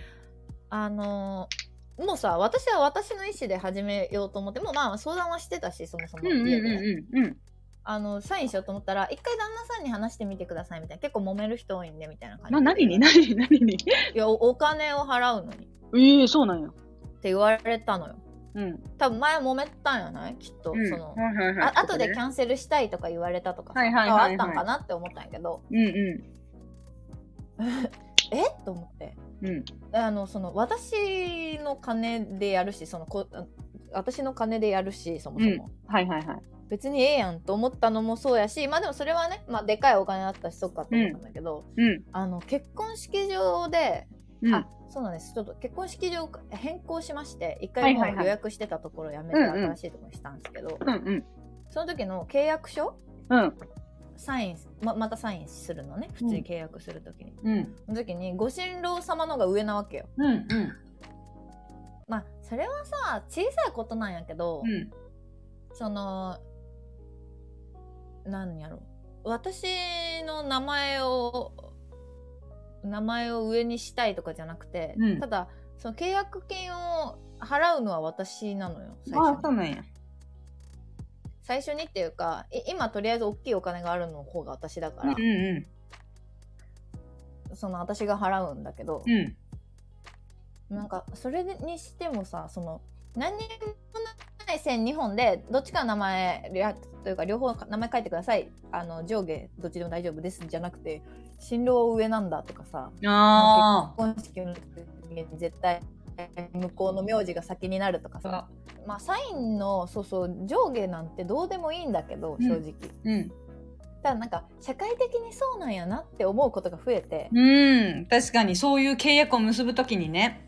Speaker 2: あのーもうさ、私は私の意思で始めようと思って、もうまあ相談はしてたし、そもそも
Speaker 1: うん
Speaker 2: 家
Speaker 1: うん
Speaker 2: で。
Speaker 1: うんうん。うん
Speaker 2: あの、サインしようと思ったら、一回旦那さんに話してみてくださいみたいな。結構揉める人多いんで、みたいな感じで。
Speaker 1: な、何に何に何に
Speaker 2: いやお、お金を払うのに。
Speaker 1: ええそうなんや。
Speaker 2: って言われたのよ。
Speaker 1: うん。
Speaker 2: 多分前揉めたんやないきっと、
Speaker 1: うん
Speaker 2: その、
Speaker 1: はいはいはい
Speaker 2: あ後でキ
Speaker 1: ン
Speaker 2: ャンセルしたいとか言われたとかさ
Speaker 1: はいはいはい
Speaker 2: あ
Speaker 1: はい
Speaker 2: あったんかなって思ったんやけど、
Speaker 1: うんう
Speaker 2: えっと思って。
Speaker 1: ん。うん。
Speaker 2: あのその私の金でやるしそのこあ私の金でやるしそもそも、
Speaker 1: はいはいはい。
Speaker 2: 別にええやんと思ったのもそうやしまあでもそれはね、まあ、でかいお金だったしそっかと思ったんだけど、
Speaker 1: うん。
Speaker 2: あの結婚式場で、
Speaker 1: うん。
Speaker 2: あそうなんですちょっと結婚式場変更しまして一
Speaker 1: は
Speaker 2: 回
Speaker 1: い
Speaker 2: も
Speaker 1: はいはいう
Speaker 2: 予約してたところやめて
Speaker 1: うんうん
Speaker 2: 新しいところにしたんですけど、
Speaker 1: うんうん。
Speaker 2: その時の契約書
Speaker 1: うん。
Speaker 2: サインままたサインするのね普通に契約する時に、
Speaker 1: うん。
Speaker 2: その時にご新郎様のが上なわけよ
Speaker 1: うん。うん。
Speaker 2: まあそれはさ小さいことなんやけど、
Speaker 1: うん。
Speaker 2: そのなんやろ私の名前を名前を上にしたいとかじゃなくて、
Speaker 1: うん
Speaker 2: ただその契約金を払うのは私なのよ最
Speaker 1: ああ、
Speaker 2: 初
Speaker 1: そう
Speaker 2: に
Speaker 1: なんや。
Speaker 2: 最初にっていうかい今とりあえず大きいお金があるの方が私だから、
Speaker 1: うん。
Speaker 2: その私が払うんだけど、
Speaker 1: うん。
Speaker 2: なんかそれにしてもさその何にもない線2本でどっちかの名前やというか両方名前書いてくださいあの上下どっちでも大丈夫ですじゃなくて新郎上なんだとかさ
Speaker 1: あ
Speaker 2: 結婚式の時に絶対向こうの名字が先になるとか
Speaker 1: あ。
Speaker 2: さまあサインのそうそう上下なんてどうでもいいんだけど
Speaker 1: うん
Speaker 2: 正直、
Speaker 1: うん。
Speaker 2: ただなんか社会的にそうなんやなって思うことが増えて、
Speaker 1: うん。確かに、そういう契約を結ぶときにね。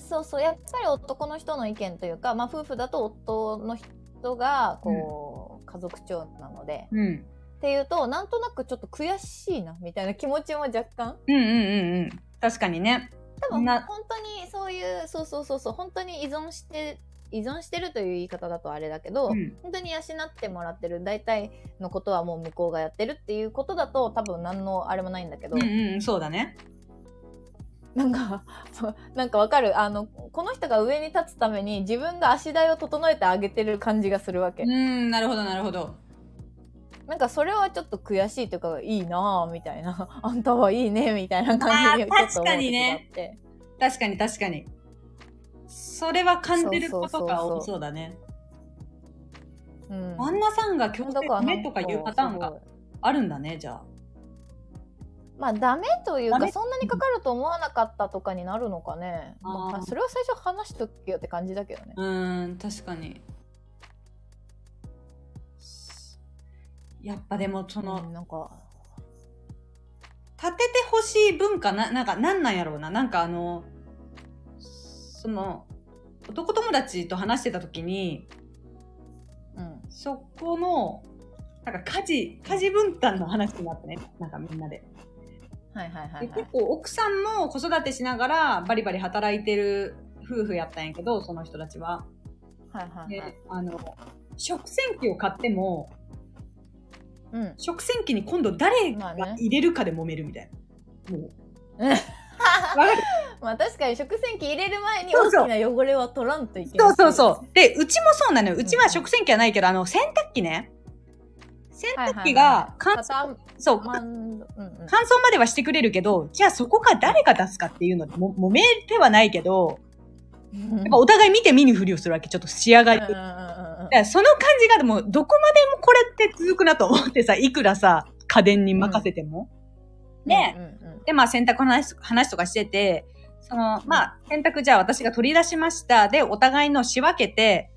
Speaker 2: そうそうやっぱり男の人の意見というか、まあ、夫婦だと夫の人がこう、家族長なので
Speaker 1: うん。
Speaker 2: っていうとなんとなくちょっと悔しいなみたいな気持ちも若干
Speaker 1: うんうんうんうん。確かにね。
Speaker 2: 多分
Speaker 1: な
Speaker 2: 本当にそういうそうそうそうそう本当に依存して依存してるという言い方だとあれだけど、
Speaker 1: うん。
Speaker 2: 本当に養ってもらってる大体のことはもう向こうがやってるっていうことだと多分何のあれもないんだけど、
Speaker 1: うんうんうん、そうだね。
Speaker 2: なんか、そうなんかわかる。あの、この人が上に立つために自分が足台を整えてあげてる感じがするわけ。
Speaker 1: うん、なるほどなるほど。
Speaker 2: なんかそれはちょっと悔しいというか、いいなぁ、みたいな。 あんたはいいね、みたいな感じにち
Speaker 1: あー
Speaker 2: ょっと思
Speaker 1: 確
Speaker 2: う
Speaker 1: かに
Speaker 2: 時があっ
Speaker 1: ね
Speaker 2: て。
Speaker 1: 確かに確かに。それは感じることが多そうだね。
Speaker 2: うん。
Speaker 1: 旦那さんが強制
Speaker 2: だから
Speaker 1: ダメとかいうパターン
Speaker 2: そ
Speaker 1: が
Speaker 2: うそう
Speaker 1: あるんだね、じゃあ。
Speaker 2: まあダメという
Speaker 1: ダメ
Speaker 2: か、そんなにかかると思わなかったとかになるのかね。
Speaker 1: あー
Speaker 2: まあ、それは最初話しとけよって感じだけどね。
Speaker 1: うん、確かに。やっぱでも、その、
Speaker 2: うんなんか、
Speaker 1: 立ててほしい文化な、なんか、なんなんやろうな。なんかあの、その、男友達と話してた時に、
Speaker 2: うん。
Speaker 1: そこの、なんか家事、家事分担の話になってね。なんかみんなで。
Speaker 2: はいはいは
Speaker 1: で
Speaker 2: い、は
Speaker 1: 結
Speaker 2: い。
Speaker 1: 構奥さんも子育てしながらバリバリ働いてる夫婦やったんやけど、その人たちは。
Speaker 2: はいはいはい
Speaker 1: で、あの、食洗機を買っても、
Speaker 2: うん。
Speaker 1: 食洗機に今度誰
Speaker 2: まあ
Speaker 1: が
Speaker 2: ね
Speaker 1: 入れるかで揉めるみたいな。もう。
Speaker 2: うん
Speaker 1: わかる
Speaker 2: まあ確かに食洗機入れる前に
Speaker 1: そ
Speaker 2: 大
Speaker 1: うそう
Speaker 2: きな汚れは取らんといけない。
Speaker 1: そうそうそう。で、うちもそうなのよ。うちは食洗機はないけど、あの、洗濯機ね。洗
Speaker 2: はいはいはい。
Speaker 1: 濯機が乾
Speaker 2: パターン
Speaker 1: そう、
Speaker 2: まんうんうん
Speaker 1: 乾燥まではしてくれるけど、じゃあそこから誰が出すかっていうのでも、揉めてはないけど、やっぱお互い見て見ぬふりをするわけ、ちょっと仕上がり。
Speaker 2: うんうんうんうん
Speaker 1: だからその感じが、でも、どこまでもこれって続くなと思ってさ、いくらさ、家電に任せても。ね、
Speaker 2: うんうんうん
Speaker 1: で、まあ、洗濯の話話とかしてて、その、まあ、洗濯じゃあ私が取り出しました。で、お互いの仕分けて、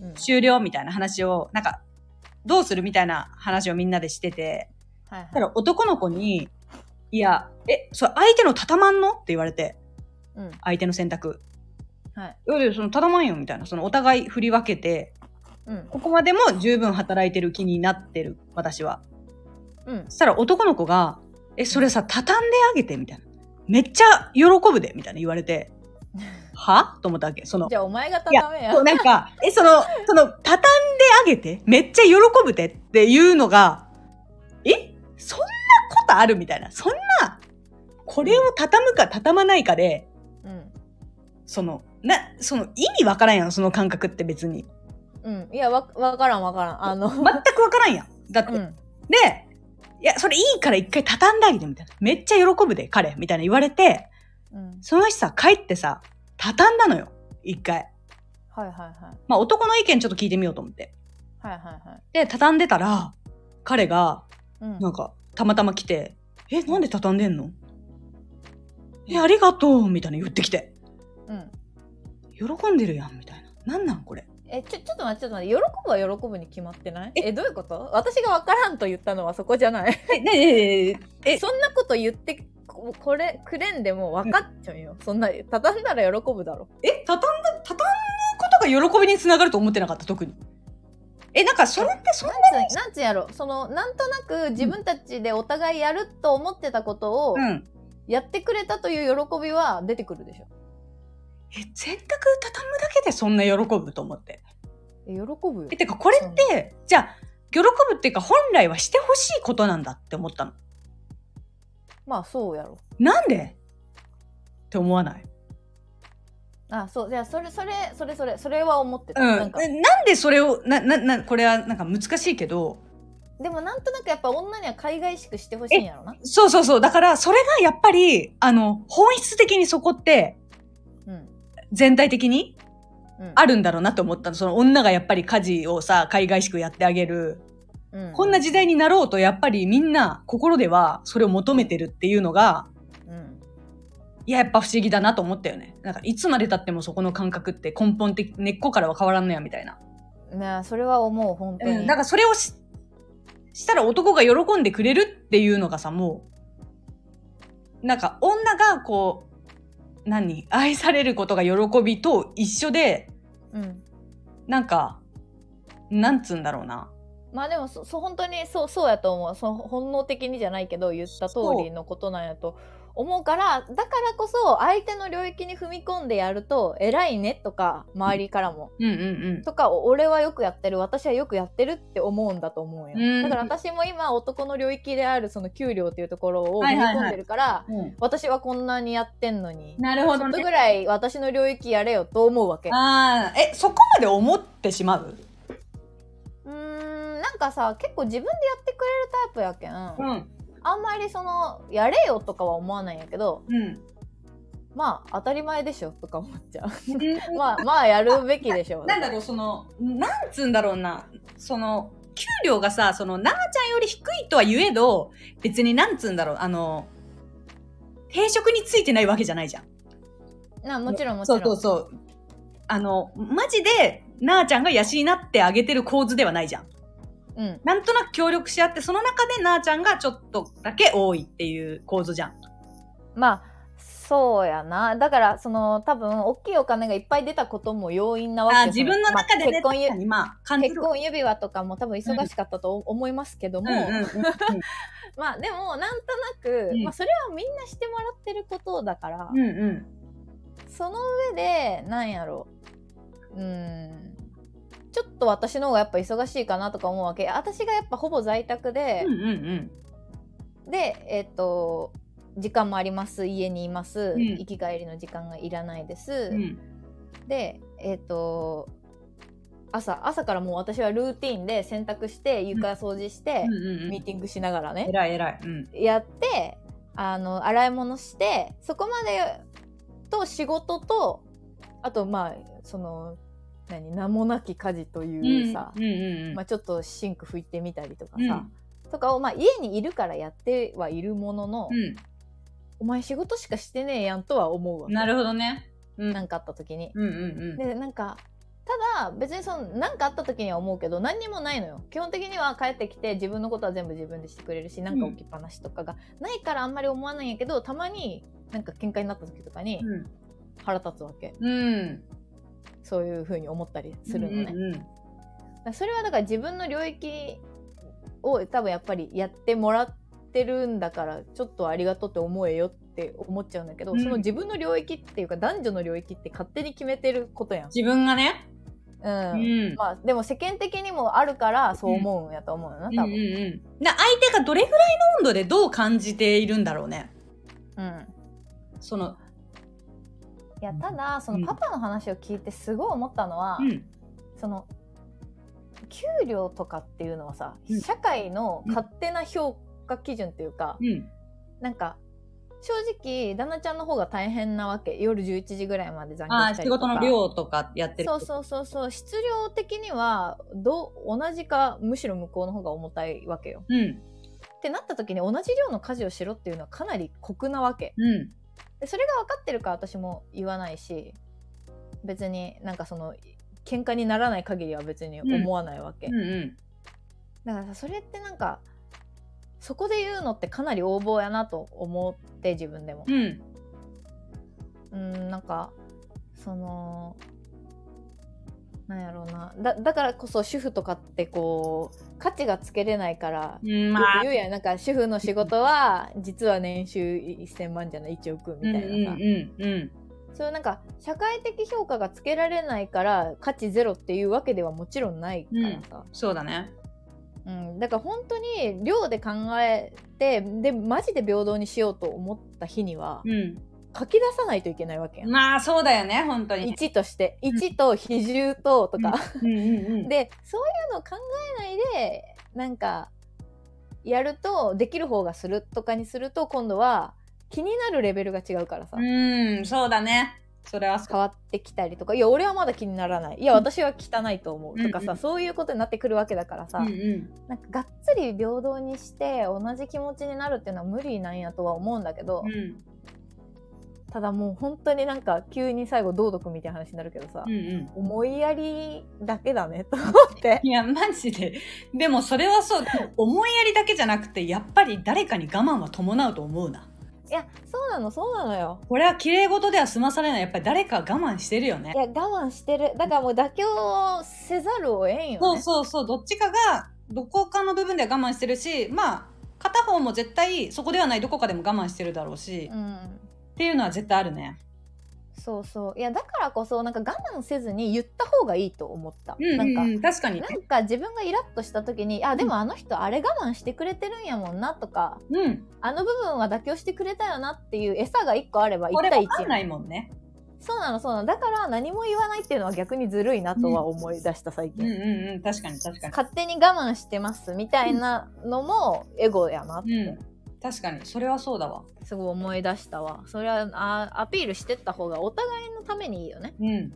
Speaker 2: うん
Speaker 1: 終了みたいな話を、なんか、どうするみたいな話をみんなでしてて、
Speaker 2: はい
Speaker 1: た
Speaker 2: はい
Speaker 1: ら男の子に、いや、え、それ相手の畳まんのって言われて、
Speaker 2: うん
Speaker 1: 相手の選択。
Speaker 2: はい
Speaker 1: いやいや、その畳まんよみたいな、そのお互い振り分けて、
Speaker 2: うん
Speaker 1: ここまでも十分働いてる気になってる、私は。
Speaker 2: うん
Speaker 1: そしたら男の子が、え、それさ、畳んであげて、みたいな。めっちゃ喜ぶで、みたいな言われて、はと思ったわけ。その
Speaker 2: じ、ゃあお前が畳めや。
Speaker 1: そうなんか、え、その、その、畳んであげて、めっちゃ喜ぶでっていうのが、えそんなことあるみたいな。そんな、これを畳むか畳まないかで、
Speaker 2: うん。
Speaker 1: その、な、その意味わからんやん、その感覚って別に。
Speaker 2: うん。いや、わ、わからんわからん。あの、
Speaker 1: 全くわからんやん。だって。
Speaker 2: うん。
Speaker 1: で、いや、それいいから一回畳んであげてみたいな。めっちゃ喜ぶで、彼、みたいな言われて、
Speaker 2: うん。
Speaker 1: その人さ、帰ってさ、畳んだのよ。一回。
Speaker 2: はいはいはい。
Speaker 1: まあ男の意見ちょっと聞いてみようと思って。
Speaker 2: はいはいはい。
Speaker 1: で、畳んでたら、彼が、
Speaker 2: うん。
Speaker 1: なんか、たまたま来て、え、なんで畳んでんのえ、ありがとうみたいな言ってきて。
Speaker 2: うん。
Speaker 1: 喜んでるやん、みたいな。なんなんこれ。
Speaker 2: え、ちょ、ちょっと待って、ちょっと待って。喜ぶは喜ぶに決まってない
Speaker 1: え
Speaker 2: え、どういうこと私がわからんと言ったのはそこじゃない。
Speaker 1: え、ねえ、ねえ
Speaker 2: そんなこと言って、ここれ、くれんでも分かっちゃうよ。そんな、畳んだら喜ぶだろ。
Speaker 1: え、え、畳んだ、畳むことが喜びにつながると思ってなかった、特に。え、なんか、それってそんな、
Speaker 2: なんつ、なんつやろ。その、なんとなく自分たちでお互いやると思ってたことを、
Speaker 1: うん。
Speaker 2: やってくれたという喜びは出てくるでしょ。
Speaker 1: え、洗濯畳むだけでそんな喜ぶと思って。
Speaker 2: え喜ぶよ
Speaker 1: え、。てか、これって、じゃあ、喜ぶっていうか、本来はしてほしいことなんだって思ったの。
Speaker 2: まあ、そうやろ。
Speaker 1: なんでって思わない
Speaker 2: あ、そう。じゃあ、それ、それ、それ、それ、それは思ってた。
Speaker 1: うん。
Speaker 2: な
Speaker 1: なん
Speaker 2: か、
Speaker 1: なんでそれを、な、な、な、これはなんか難しいけど、
Speaker 2: でもなんとなくやっぱ女には海外しくしてほしいんやろな。
Speaker 1: そうそうそう。だから、それがやっぱり、あの、本質的にそこって、
Speaker 2: うん。
Speaker 1: 全体的に
Speaker 2: うん。
Speaker 1: あるんだろうなと思ったの。その女がやっぱり家事をさ、海外しくやってあげる。
Speaker 2: うん、
Speaker 1: こんな時代になろうと、やっぱりみんな心ではそれを求めてるっていうのが、
Speaker 2: うん。
Speaker 1: いや、やっぱ不思議だなと思ったよね。なんか、いつまで経ってもそこの感覚って根本的、根っこからは変わらんのや、みたいな。
Speaker 2: ねえそれは思う、本当
Speaker 1: う
Speaker 2: に。
Speaker 1: ん。だから、それをし、したら男が喜んでくれるっていうのがさ、もう、なんか、女がこう、何愛されることが喜びと一緒で、
Speaker 2: うん。
Speaker 1: なんか、なんつうんだろうな。
Speaker 2: まあでもそ、そう、本当にそう、そうやと思う。その本能的にじゃないけど、言った通りのことなんやと思うから、だからこそ、相手の領域に踏み込んでやると、偉いねとか、周りからも。
Speaker 1: うんうん
Speaker 2: とか、お俺はよくやってる、私はよくやってるって思うんだと思うよ。
Speaker 1: うん
Speaker 2: だから私も今、男の領域である、その給料っていうところを
Speaker 1: は
Speaker 2: 踏
Speaker 1: い
Speaker 2: み
Speaker 1: はいはい
Speaker 2: 込んでるから、
Speaker 1: うん。
Speaker 2: 私はこんなにやってんのに。
Speaker 1: なるほ
Speaker 2: ち
Speaker 1: ど
Speaker 2: ょっと
Speaker 1: ね。
Speaker 2: ぐらい私の領域やれよと思うわけ。
Speaker 1: ああ、え、そこまで思ってしまう
Speaker 2: うーんなんかさ結構自分でやってくれるタイプやけん、
Speaker 1: ん。
Speaker 2: あんまりそのやれよとかは思わないんやけど
Speaker 1: うん。
Speaker 2: まあ当たり前でしょとか思っちゃ うまあまあやるべきでしょ
Speaker 1: なんだろう、その、なんつうんだろうな、その、給料がさ、その、なあちゃんより低いとは言えど、別になんつうんだろう、あの、定職についてないわけじゃないじゃん。
Speaker 2: なもちろんもち
Speaker 1: そ
Speaker 2: ろ
Speaker 1: うんそうそう。あの、マジで、なあちゃんが養ってあげてる構図ではないじゃん。
Speaker 2: うん
Speaker 1: なんとなく協力し合って、その中でなあちゃんがちょっとだけ多いっていう構図じゃん。
Speaker 2: まあそうやなだからその多分大きいお金がいっぱい出たことも要因なわけ
Speaker 1: あ
Speaker 2: よ
Speaker 1: 自分の中でね、
Speaker 2: まあ結
Speaker 1: 確
Speaker 2: 婚
Speaker 1: か
Speaker 2: ゆ
Speaker 1: にまあ、感じ
Speaker 2: 結
Speaker 1: る。
Speaker 2: 婚指輪とかも多分忙しかったと思いますけども、
Speaker 1: うんうんうん
Speaker 2: まあでもなんとなく、
Speaker 1: うん
Speaker 2: まあ、それはみんなしてもらってることだから、
Speaker 1: うんうん。
Speaker 2: その上で、なんやろう。うーん。ちょっと私の方がやっぱ忙しいかなとか思うわけ。私がやっぱほぼ在宅で
Speaker 1: う、んうん
Speaker 2: で、えっ、と、時間もあります。家にいます。
Speaker 1: うん
Speaker 2: 行き帰りの時間がいらないです。
Speaker 1: うん。うん
Speaker 2: で、えっ、と、朝、朝からもう私はルーティンで洗濯して、床掃除して、
Speaker 1: うんうん
Speaker 2: ミー。ティングしながらね。
Speaker 1: えらいえらい。うん。
Speaker 2: やってあの洗い物してそこまでと仕事とあとまあその何名もなき家事というさ、
Speaker 1: うんうんうん。
Speaker 2: まあ、ちょっとシンク拭いてみたりとか
Speaker 1: うん
Speaker 2: さ、とかを、まあ、家にいるからやってはいるものの、
Speaker 1: う
Speaker 2: お前仕事しかしてねえやんとは思うわ
Speaker 1: ん。
Speaker 2: け
Speaker 1: なるほどね。うん。
Speaker 2: なんかあった時に。
Speaker 1: うんうんうん。
Speaker 2: でなんかただ別にその何かあった時には思うけど何にもないのよ基本的には帰ってきて自分のことは全部自分でしてくれるしなんか置きっぱなしとかがないからあんまり思わないんやけどたまになんか喧嘩になった時とかに
Speaker 1: うん
Speaker 2: 腹立つわけ
Speaker 1: うん。
Speaker 2: そういう風に思ったりするのね、だか
Speaker 1: うん
Speaker 2: らそれはだから自分の領域を多分やっぱりやってもらってるんだからちょっとありがとうって思えよっって思っちゃうんだけど、
Speaker 1: うん
Speaker 2: その自分の領域っていうか男女の領域って勝手に決めてることやん。
Speaker 1: 自分がね。
Speaker 2: うん。
Speaker 1: うん。
Speaker 2: まあでも世間的にもあるからそう思うんやと思うよな、
Speaker 1: うんう
Speaker 2: 多
Speaker 1: ん
Speaker 2: 分。
Speaker 1: うん、な相手がどれぐらいの温度でどう感じているんだろうね。
Speaker 2: うん。
Speaker 1: その、
Speaker 2: いや、ただ、そ
Speaker 1: うん
Speaker 2: のパパの話を聞いてすごい思ったのは、
Speaker 1: うん、
Speaker 2: その、給料とかっていうのはさ、
Speaker 1: うん
Speaker 2: 社会の勝手な評価基準っていうか、
Speaker 1: うん、
Speaker 2: なんか、正直、旦那ちゃんの方が大変なわけ。夜11時ぐらいまで残業
Speaker 1: あ
Speaker 2: した
Speaker 1: あ、
Speaker 2: りとか。
Speaker 1: 仕事の量とかやってる。
Speaker 2: そうそうそうそう。質量的には、どう、同じか、むしろ向こうの方が重たいわけよ。
Speaker 1: うん、
Speaker 2: ってなった時に同じ量の家事をしろっていうのはかなり酷なわけ。
Speaker 1: うん、
Speaker 2: でそれが分かってるから私も言わないし別になんかその喧嘩にならない限りは別に思わないわけ、
Speaker 1: うん、うん。
Speaker 2: だからさそれってなんかそこで言うのってかなり横暴やなと思って自分でも
Speaker 1: うん、
Speaker 2: うんなんかそのなんやろうなだだからこそ主婦とかってこう価値がつけれないから
Speaker 1: うん、
Speaker 2: よ
Speaker 1: まあ
Speaker 2: く言うやんなんか主婦の仕事は実は年収1000万じゃない1億みたいなさ、
Speaker 1: うんうんうん
Speaker 2: そういうなんか社会的評価がつけられないから価値ゼロっていうわけではもちろんないからさ、
Speaker 1: そうだね
Speaker 2: うんだから本当に量で考えてでマジで平等にしようと思った日には
Speaker 1: うん
Speaker 2: 書き出さないといけないわけやん。
Speaker 1: まあそうだよね本当に
Speaker 2: 1として1と比重ととか、
Speaker 1: うんうんうん
Speaker 2: でそういうのを考えないでなんかやるとできる方がするとかにすると今度は気になるレベルが違うからさ、
Speaker 1: うんそうだねそれはそう
Speaker 2: 変わってきたりとかいや俺はまだ気にならないいや私は汚いと思うと
Speaker 1: う
Speaker 2: か
Speaker 1: んう
Speaker 2: さ、
Speaker 1: ん
Speaker 2: そういうことになってくるわけだからさ、
Speaker 1: うんうん
Speaker 2: なんかがっつり平等にして同じ気持ちになるっていうのは無理なんやとは思うんだけど、
Speaker 1: うん
Speaker 2: ただもう本当になんか急に最後道徳みたいな話になるけどさ、
Speaker 1: うんうん
Speaker 2: 思いやりだけだねと思って
Speaker 1: いやマジででもそれはそう思いやりだけじゃなくてやっぱり誰かに我慢は伴うと思うない
Speaker 2: やそうなのそうなのよ
Speaker 1: これは綺麗事では済まされないやっぱり誰か我慢してるよね
Speaker 2: いや我慢してるだからもう妥協せざるを得んよね
Speaker 1: そうそうそうどっちかがどこかの部分では我慢してるしまあ片方も絶対そこではないどこかでも我慢してるだろうし、っ
Speaker 2: うん
Speaker 1: ていうのは絶対あるね
Speaker 2: そうそういやだからこそなんか我慢せずに言った方がいいと思った、
Speaker 1: うん
Speaker 2: なんか
Speaker 1: うんうん確かにね
Speaker 2: なんか自分がイラッとした時に「あでもあの人あれ我慢してくれてるんやもんな」とか
Speaker 1: うん
Speaker 2: 「あの部分は妥協してくれたよな」っていう餌が1個あれば1
Speaker 1: これ
Speaker 2: 対
Speaker 1: 分かんな
Speaker 2: 1
Speaker 1: いもんね。
Speaker 2: そうなのそうなのだから何も言わないっていうのは逆にずるいなとは思い出した最
Speaker 1: うん
Speaker 2: 近、
Speaker 1: うんうん、確かに確かに。
Speaker 2: 勝手に我慢してますみたいなのもエゴやなって、
Speaker 1: うん、確かに、それはそうだわ。
Speaker 2: すごい思い出したわそれはあアピールしてった方がお互いのためにいいよね
Speaker 1: うん。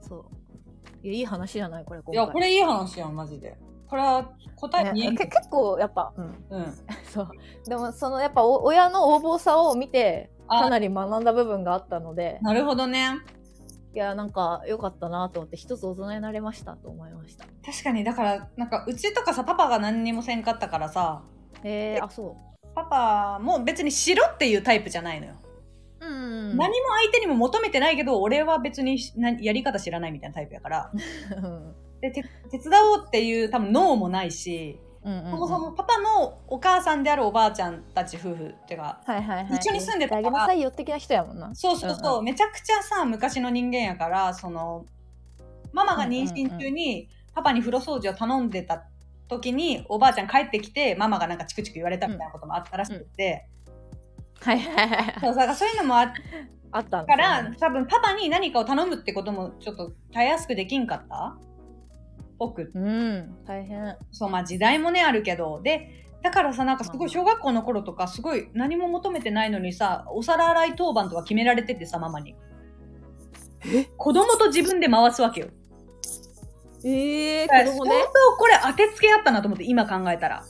Speaker 2: そういやいい話じゃないこれ今
Speaker 1: い
Speaker 2: 回
Speaker 1: や、これいい話やん、マジで。これは答え見え
Speaker 2: ね
Speaker 1: ん
Speaker 2: け結構やっぱうん
Speaker 1: うん。
Speaker 2: そうでもそのやっぱお親の横暴さを見て
Speaker 1: あ
Speaker 2: かなり学んだ部分があったので
Speaker 1: なるほどね。
Speaker 2: いやなんか良かったなと思って一つ大人になれましたと思いました
Speaker 1: 確かに、だから、なんか、うちとかさ、パパが何にもせんかったからさ、
Speaker 2: へえあそ
Speaker 1: パパも別にしろっていうタイプじゃないのよ。
Speaker 2: ううん
Speaker 1: 何も相手にも求めてないけど、俺は別にしなやり方知らないみたいなタイプやから。
Speaker 2: うん
Speaker 1: で、て手伝おうっていう多分脳もないし、
Speaker 2: うんうん
Speaker 1: そもそもパパのお母さんであるおばあちゃんたち夫婦っていうか、
Speaker 2: はいはいはい
Speaker 1: 一緒に住んでたから
Speaker 2: やってあげなさいよ的な人やもんな
Speaker 1: そうそうそう、
Speaker 2: うん
Speaker 1: めちゃくちゃさ昔の人間やからそのママが妊娠中にパパに風呂掃除を頼んでた時におばあちゃん帰ってきてママがなんかチクチク言われたみたいなこともあったらしくて、
Speaker 2: はいはいはいはい
Speaker 1: そうだからそういうのもあっ
Speaker 2: あったん
Speaker 1: たか
Speaker 2: だ
Speaker 1: ら多分パパに何かを頼むってこともちょっとたやすくできんかった僕
Speaker 2: うん大変
Speaker 1: そうまあ時代もねあるけどでだからさなんかすごい小学校の頃とかすごい何も求めてないのにさお皿洗い当番とか決められててさママに子供と自分で回すわけよ
Speaker 2: ええ
Speaker 1: 相当これ当てつけやったなと思って今考えたら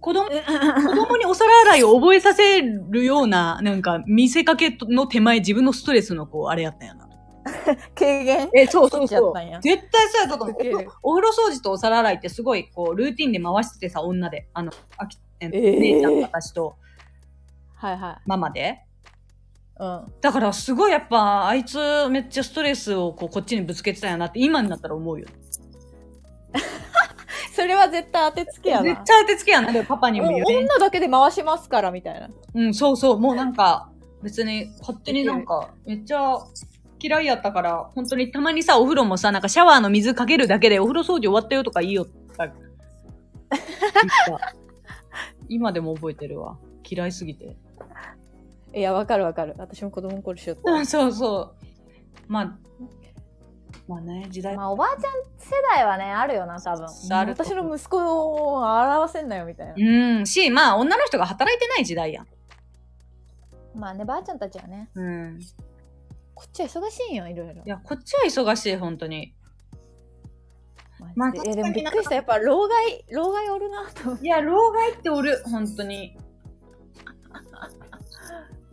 Speaker 1: 子供子供にお皿洗いを覚えさせるようななんか見せかけの手前自分のストレスのこうあれやったんやな
Speaker 2: 軽減
Speaker 1: えそう
Speaker 2: そうそう
Speaker 1: 絶対そうやったと思う
Speaker 2: ウケる
Speaker 1: おお風呂掃除とお皿洗いってすごいこうルーティンで回しててさ女であのあきえ
Speaker 2: えー
Speaker 1: 姉ちゃんと私と
Speaker 2: はいはい
Speaker 1: ママで
Speaker 2: うん
Speaker 1: だからすごいやっぱあいつめっちゃストレスをこうこっちにぶつけてたんやなって今になったら思うよ
Speaker 2: そそれは絶対当てつけや
Speaker 1: 絶
Speaker 2: な。
Speaker 1: 対当てつけやな。でパパにも
Speaker 2: もう
Speaker 1: 言うね。
Speaker 2: 女だけで回しますからみたいな。
Speaker 1: うん、そうそう。もうなんか、別に勝手になんか、めっちゃ嫌いやったから、本当にたまにさ、お風呂もさ、なんかシャワーの水かけるだけでお風呂掃除終わったよとか言いよった。言 った今でも覚えてるわ。嫌いすぎて。
Speaker 2: いや、わかるわかる。私も子供の頃しよっ
Speaker 1: う
Speaker 2: た。
Speaker 1: ん、 そうそう。まあ、まあね、時代
Speaker 2: まあ、おばあちゃん世代はね、あるよな、多分。
Speaker 1: あると
Speaker 2: 私の息子を表せんなよみたいな。
Speaker 1: うん、し、まあ、女の人が働いてない時代やん。
Speaker 2: まあね、ばあちゃんたちはね、
Speaker 1: うん。い
Speaker 2: こっちは忙しいんよ、いろいろ。
Speaker 1: や、こっちは忙しい、本当に。ま
Speaker 2: ま
Speaker 1: あ
Speaker 2: あ、
Speaker 1: 確
Speaker 2: で
Speaker 1: か
Speaker 2: い
Speaker 1: に
Speaker 2: やでもびっくりした。やっぱ、老害、老害おるなと思って
Speaker 1: いや、老害っておる、本当に。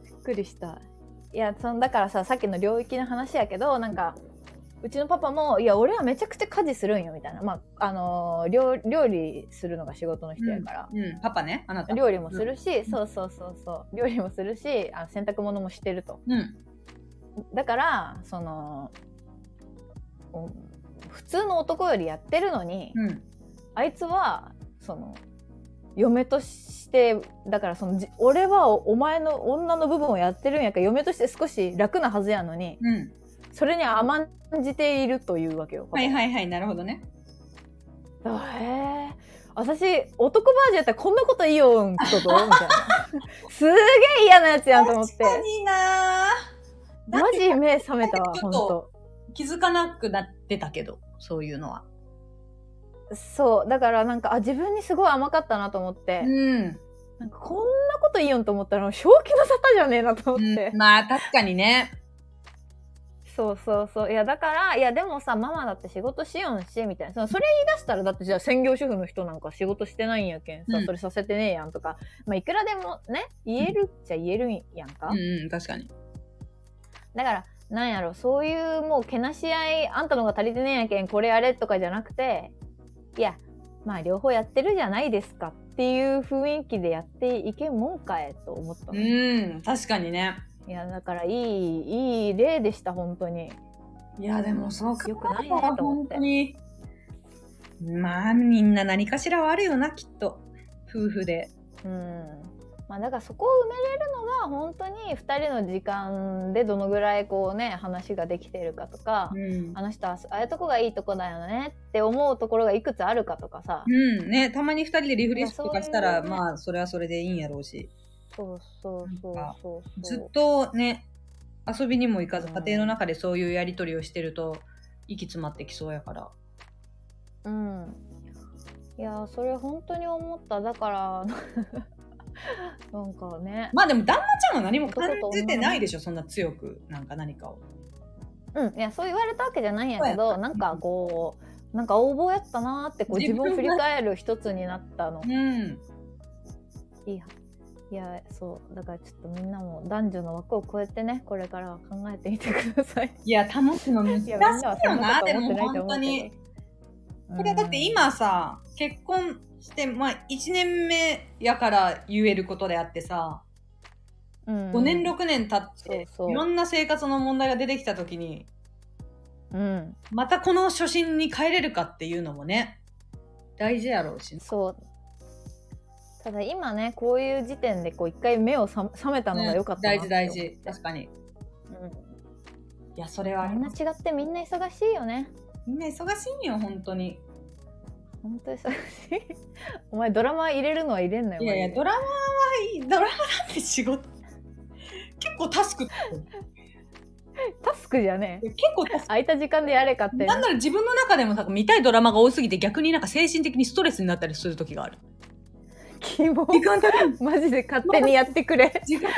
Speaker 2: びっくりした。いや、そのだからさ、さっきの領域の話やけど、なんか、うちのパパも、いや、俺はめちゃくちゃ家事するんよ、みたいな。まあ、あのー料、料理するのが仕事の人やから。
Speaker 1: うん、パパね、あなた。
Speaker 2: 料理もするし、
Speaker 1: ん
Speaker 2: そうそうそうそう料理もするしあ洗濯物もしてると
Speaker 1: うん。
Speaker 2: だからそのお普通の男よりやってるのに、
Speaker 1: うん。
Speaker 2: あいつはその嫁としてだからそのじ俺はおお前の女の部分をやってるんやから嫁として少し楽なはずやのに
Speaker 1: うん。
Speaker 2: それに甘んじているというわけよ。
Speaker 1: はいはいはい、なるほどね。
Speaker 2: だからへえ私男バージョンやったらこんなこといいよんことど うみたいなすげえ嫌なやつやんと思って。
Speaker 1: にな
Speaker 2: マジ目覚めたわ、
Speaker 1: ちょ
Speaker 2: ほ
Speaker 1: っ
Speaker 2: ん
Speaker 1: と
Speaker 2: と。
Speaker 1: 気づかなくなってたけど、そういうのは。
Speaker 2: そう。だからなんか、あ、自分にすごい甘かったなと思って、
Speaker 1: うん。
Speaker 2: なんかこんなこといいよんと思ったら、正気の沙汰じゃねえなと思って。
Speaker 1: まあ、確かにね。
Speaker 2: そうそうそう。いや、だから、いや、でもさ、ママだって仕事しよんし、みたいな。そのそれ言い出したら、だってじゃあ専業主婦の人なんか仕事してないんやけんさ、
Speaker 1: うん
Speaker 2: それさせてねえやんとか、まあ、いくらでもね、言えるっちゃ言えるんやんか。
Speaker 1: うんうん、確かに。
Speaker 2: だから、なんやろ、そういうもう、けなし合い、あんたのが足りてねえやけん、これやれとかじゃなくて、いや、まあ、両方やってるじゃないですかっていう雰囲気でやっていけんもんかえと思ったの。い
Speaker 1: うん、確かにね。
Speaker 2: や、だから、いい、いい例でした、本当に。
Speaker 1: いや、でもそう
Speaker 2: よくないなと思って
Speaker 1: 本当に。まあ、みんな何かしらはあるよな、きっと。夫婦で。
Speaker 2: うん。まあ、だからそこを埋めれるのが、本当に2人の時間でどのぐらいこうね、話ができてるかとか、
Speaker 1: うん。
Speaker 2: あの人はああいうとこがいいとこだよねって思うところがいくつあるかとかさ、
Speaker 1: うん、ね、たまに二人でリフレッシュとかした
Speaker 2: いや
Speaker 1: ら、
Speaker 2: そういうね
Speaker 1: まあ、それはそれでいいんやろうし。
Speaker 2: そうそうそうそうそう。
Speaker 1: ずっとね、遊びにも行かず、
Speaker 2: うん
Speaker 1: 家庭の中でそういうやりとりをしてると、息詰まってきそうやから。
Speaker 2: うん。いやーそれ本当に思っただから なんかね
Speaker 1: まあでも、旦那ちゃんは何も感じてないでしょ、そんな強く、なんか何かを。
Speaker 2: うんいやそう言われたわけじゃないんやけ
Speaker 1: そうや
Speaker 2: どなんかこうなんか横暴やったなーってこう
Speaker 1: 自
Speaker 2: 自
Speaker 1: 分
Speaker 2: 分
Speaker 1: が
Speaker 2: を振り返る一つになったの
Speaker 1: うん。
Speaker 2: いいはいやそうだからちょっとみんなも男女の枠を超えてねこれからは考えてみてください
Speaker 1: いや、保つの難しい
Speaker 2: い
Speaker 1: よ
Speaker 2: やみんなはそんな
Speaker 1: な、
Speaker 2: こ
Speaker 1: で
Speaker 2: と思
Speaker 1: も
Speaker 2: ってないと
Speaker 1: 本
Speaker 2: 思
Speaker 1: 当
Speaker 2: う
Speaker 1: に
Speaker 2: け。ど
Speaker 1: これだって今さ、結婚して、まあ1年目やから言えることであってさ、5
Speaker 2: 5
Speaker 1: 年6年経って、
Speaker 2: そうそう
Speaker 1: いろんな生活の問題が出てきた時に、
Speaker 2: うん
Speaker 1: またこの初心に帰れるかっていうのもね、大事やろうし。
Speaker 2: そうただ今ねこういう時点でこう一回目をさ覚めたのが良かったな
Speaker 1: 大
Speaker 2: って
Speaker 1: 事
Speaker 2: 思
Speaker 1: 大事。確かに。い
Speaker 2: うん
Speaker 1: や、それはあり
Speaker 2: みん
Speaker 1: ま
Speaker 2: な
Speaker 1: す。
Speaker 2: 違ってみんな忙しいよね
Speaker 1: みんな忙しいんよ、本当に。
Speaker 2: 本当に忙しい お前ドラマ入れるのは入れんのよ
Speaker 1: いやいや、ド
Speaker 2: マ
Speaker 1: ラマはいい。ドラマなんて仕事。結構タスク。結
Speaker 2: タスクじゃねえ
Speaker 1: 構タスク。
Speaker 2: 空いた時間でやれかって
Speaker 1: なんなら自分の中でもさ見たいドラマが多すぎて逆になんか精神的にストレスになったりする時がある。
Speaker 2: 希望
Speaker 1: 時間足りん
Speaker 2: マジで勝手にやって くれ
Speaker 1: 時間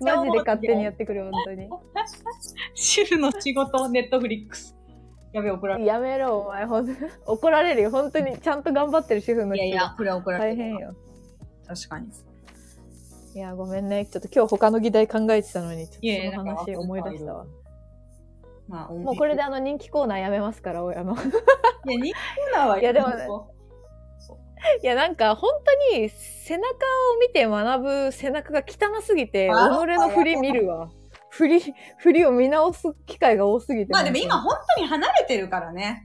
Speaker 2: マジで勝手にやってくれ本当に
Speaker 1: 主婦の仕事ネットフリックス。やべ怒られる。
Speaker 2: やめろお前ほんと怒られるよ本当にちゃんと頑張ってる主婦の
Speaker 1: いや
Speaker 2: 人
Speaker 1: いやこれは怒られる。
Speaker 2: 大変。よ
Speaker 1: 確かに。
Speaker 2: いやごめんねちょっと今日他の議題考えてたのにちょっ
Speaker 1: いやいや
Speaker 2: とその話思い出したわ。
Speaker 1: まあ
Speaker 2: もうこれであの人気コーナーやめますから、大山。
Speaker 1: いや、ニコーナーはい
Speaker 2: やでもね いや、なんか本当に背中を見て学ぶ背中が汚すぎて、己
Speaker 1: あ
Speaker 2: の振り見るわ。振り、振りを見直す機会が多すぎて。
Speaker 1: まあでも今
Speaker 2: 本
Speaker 1: 本当に離れてるからね。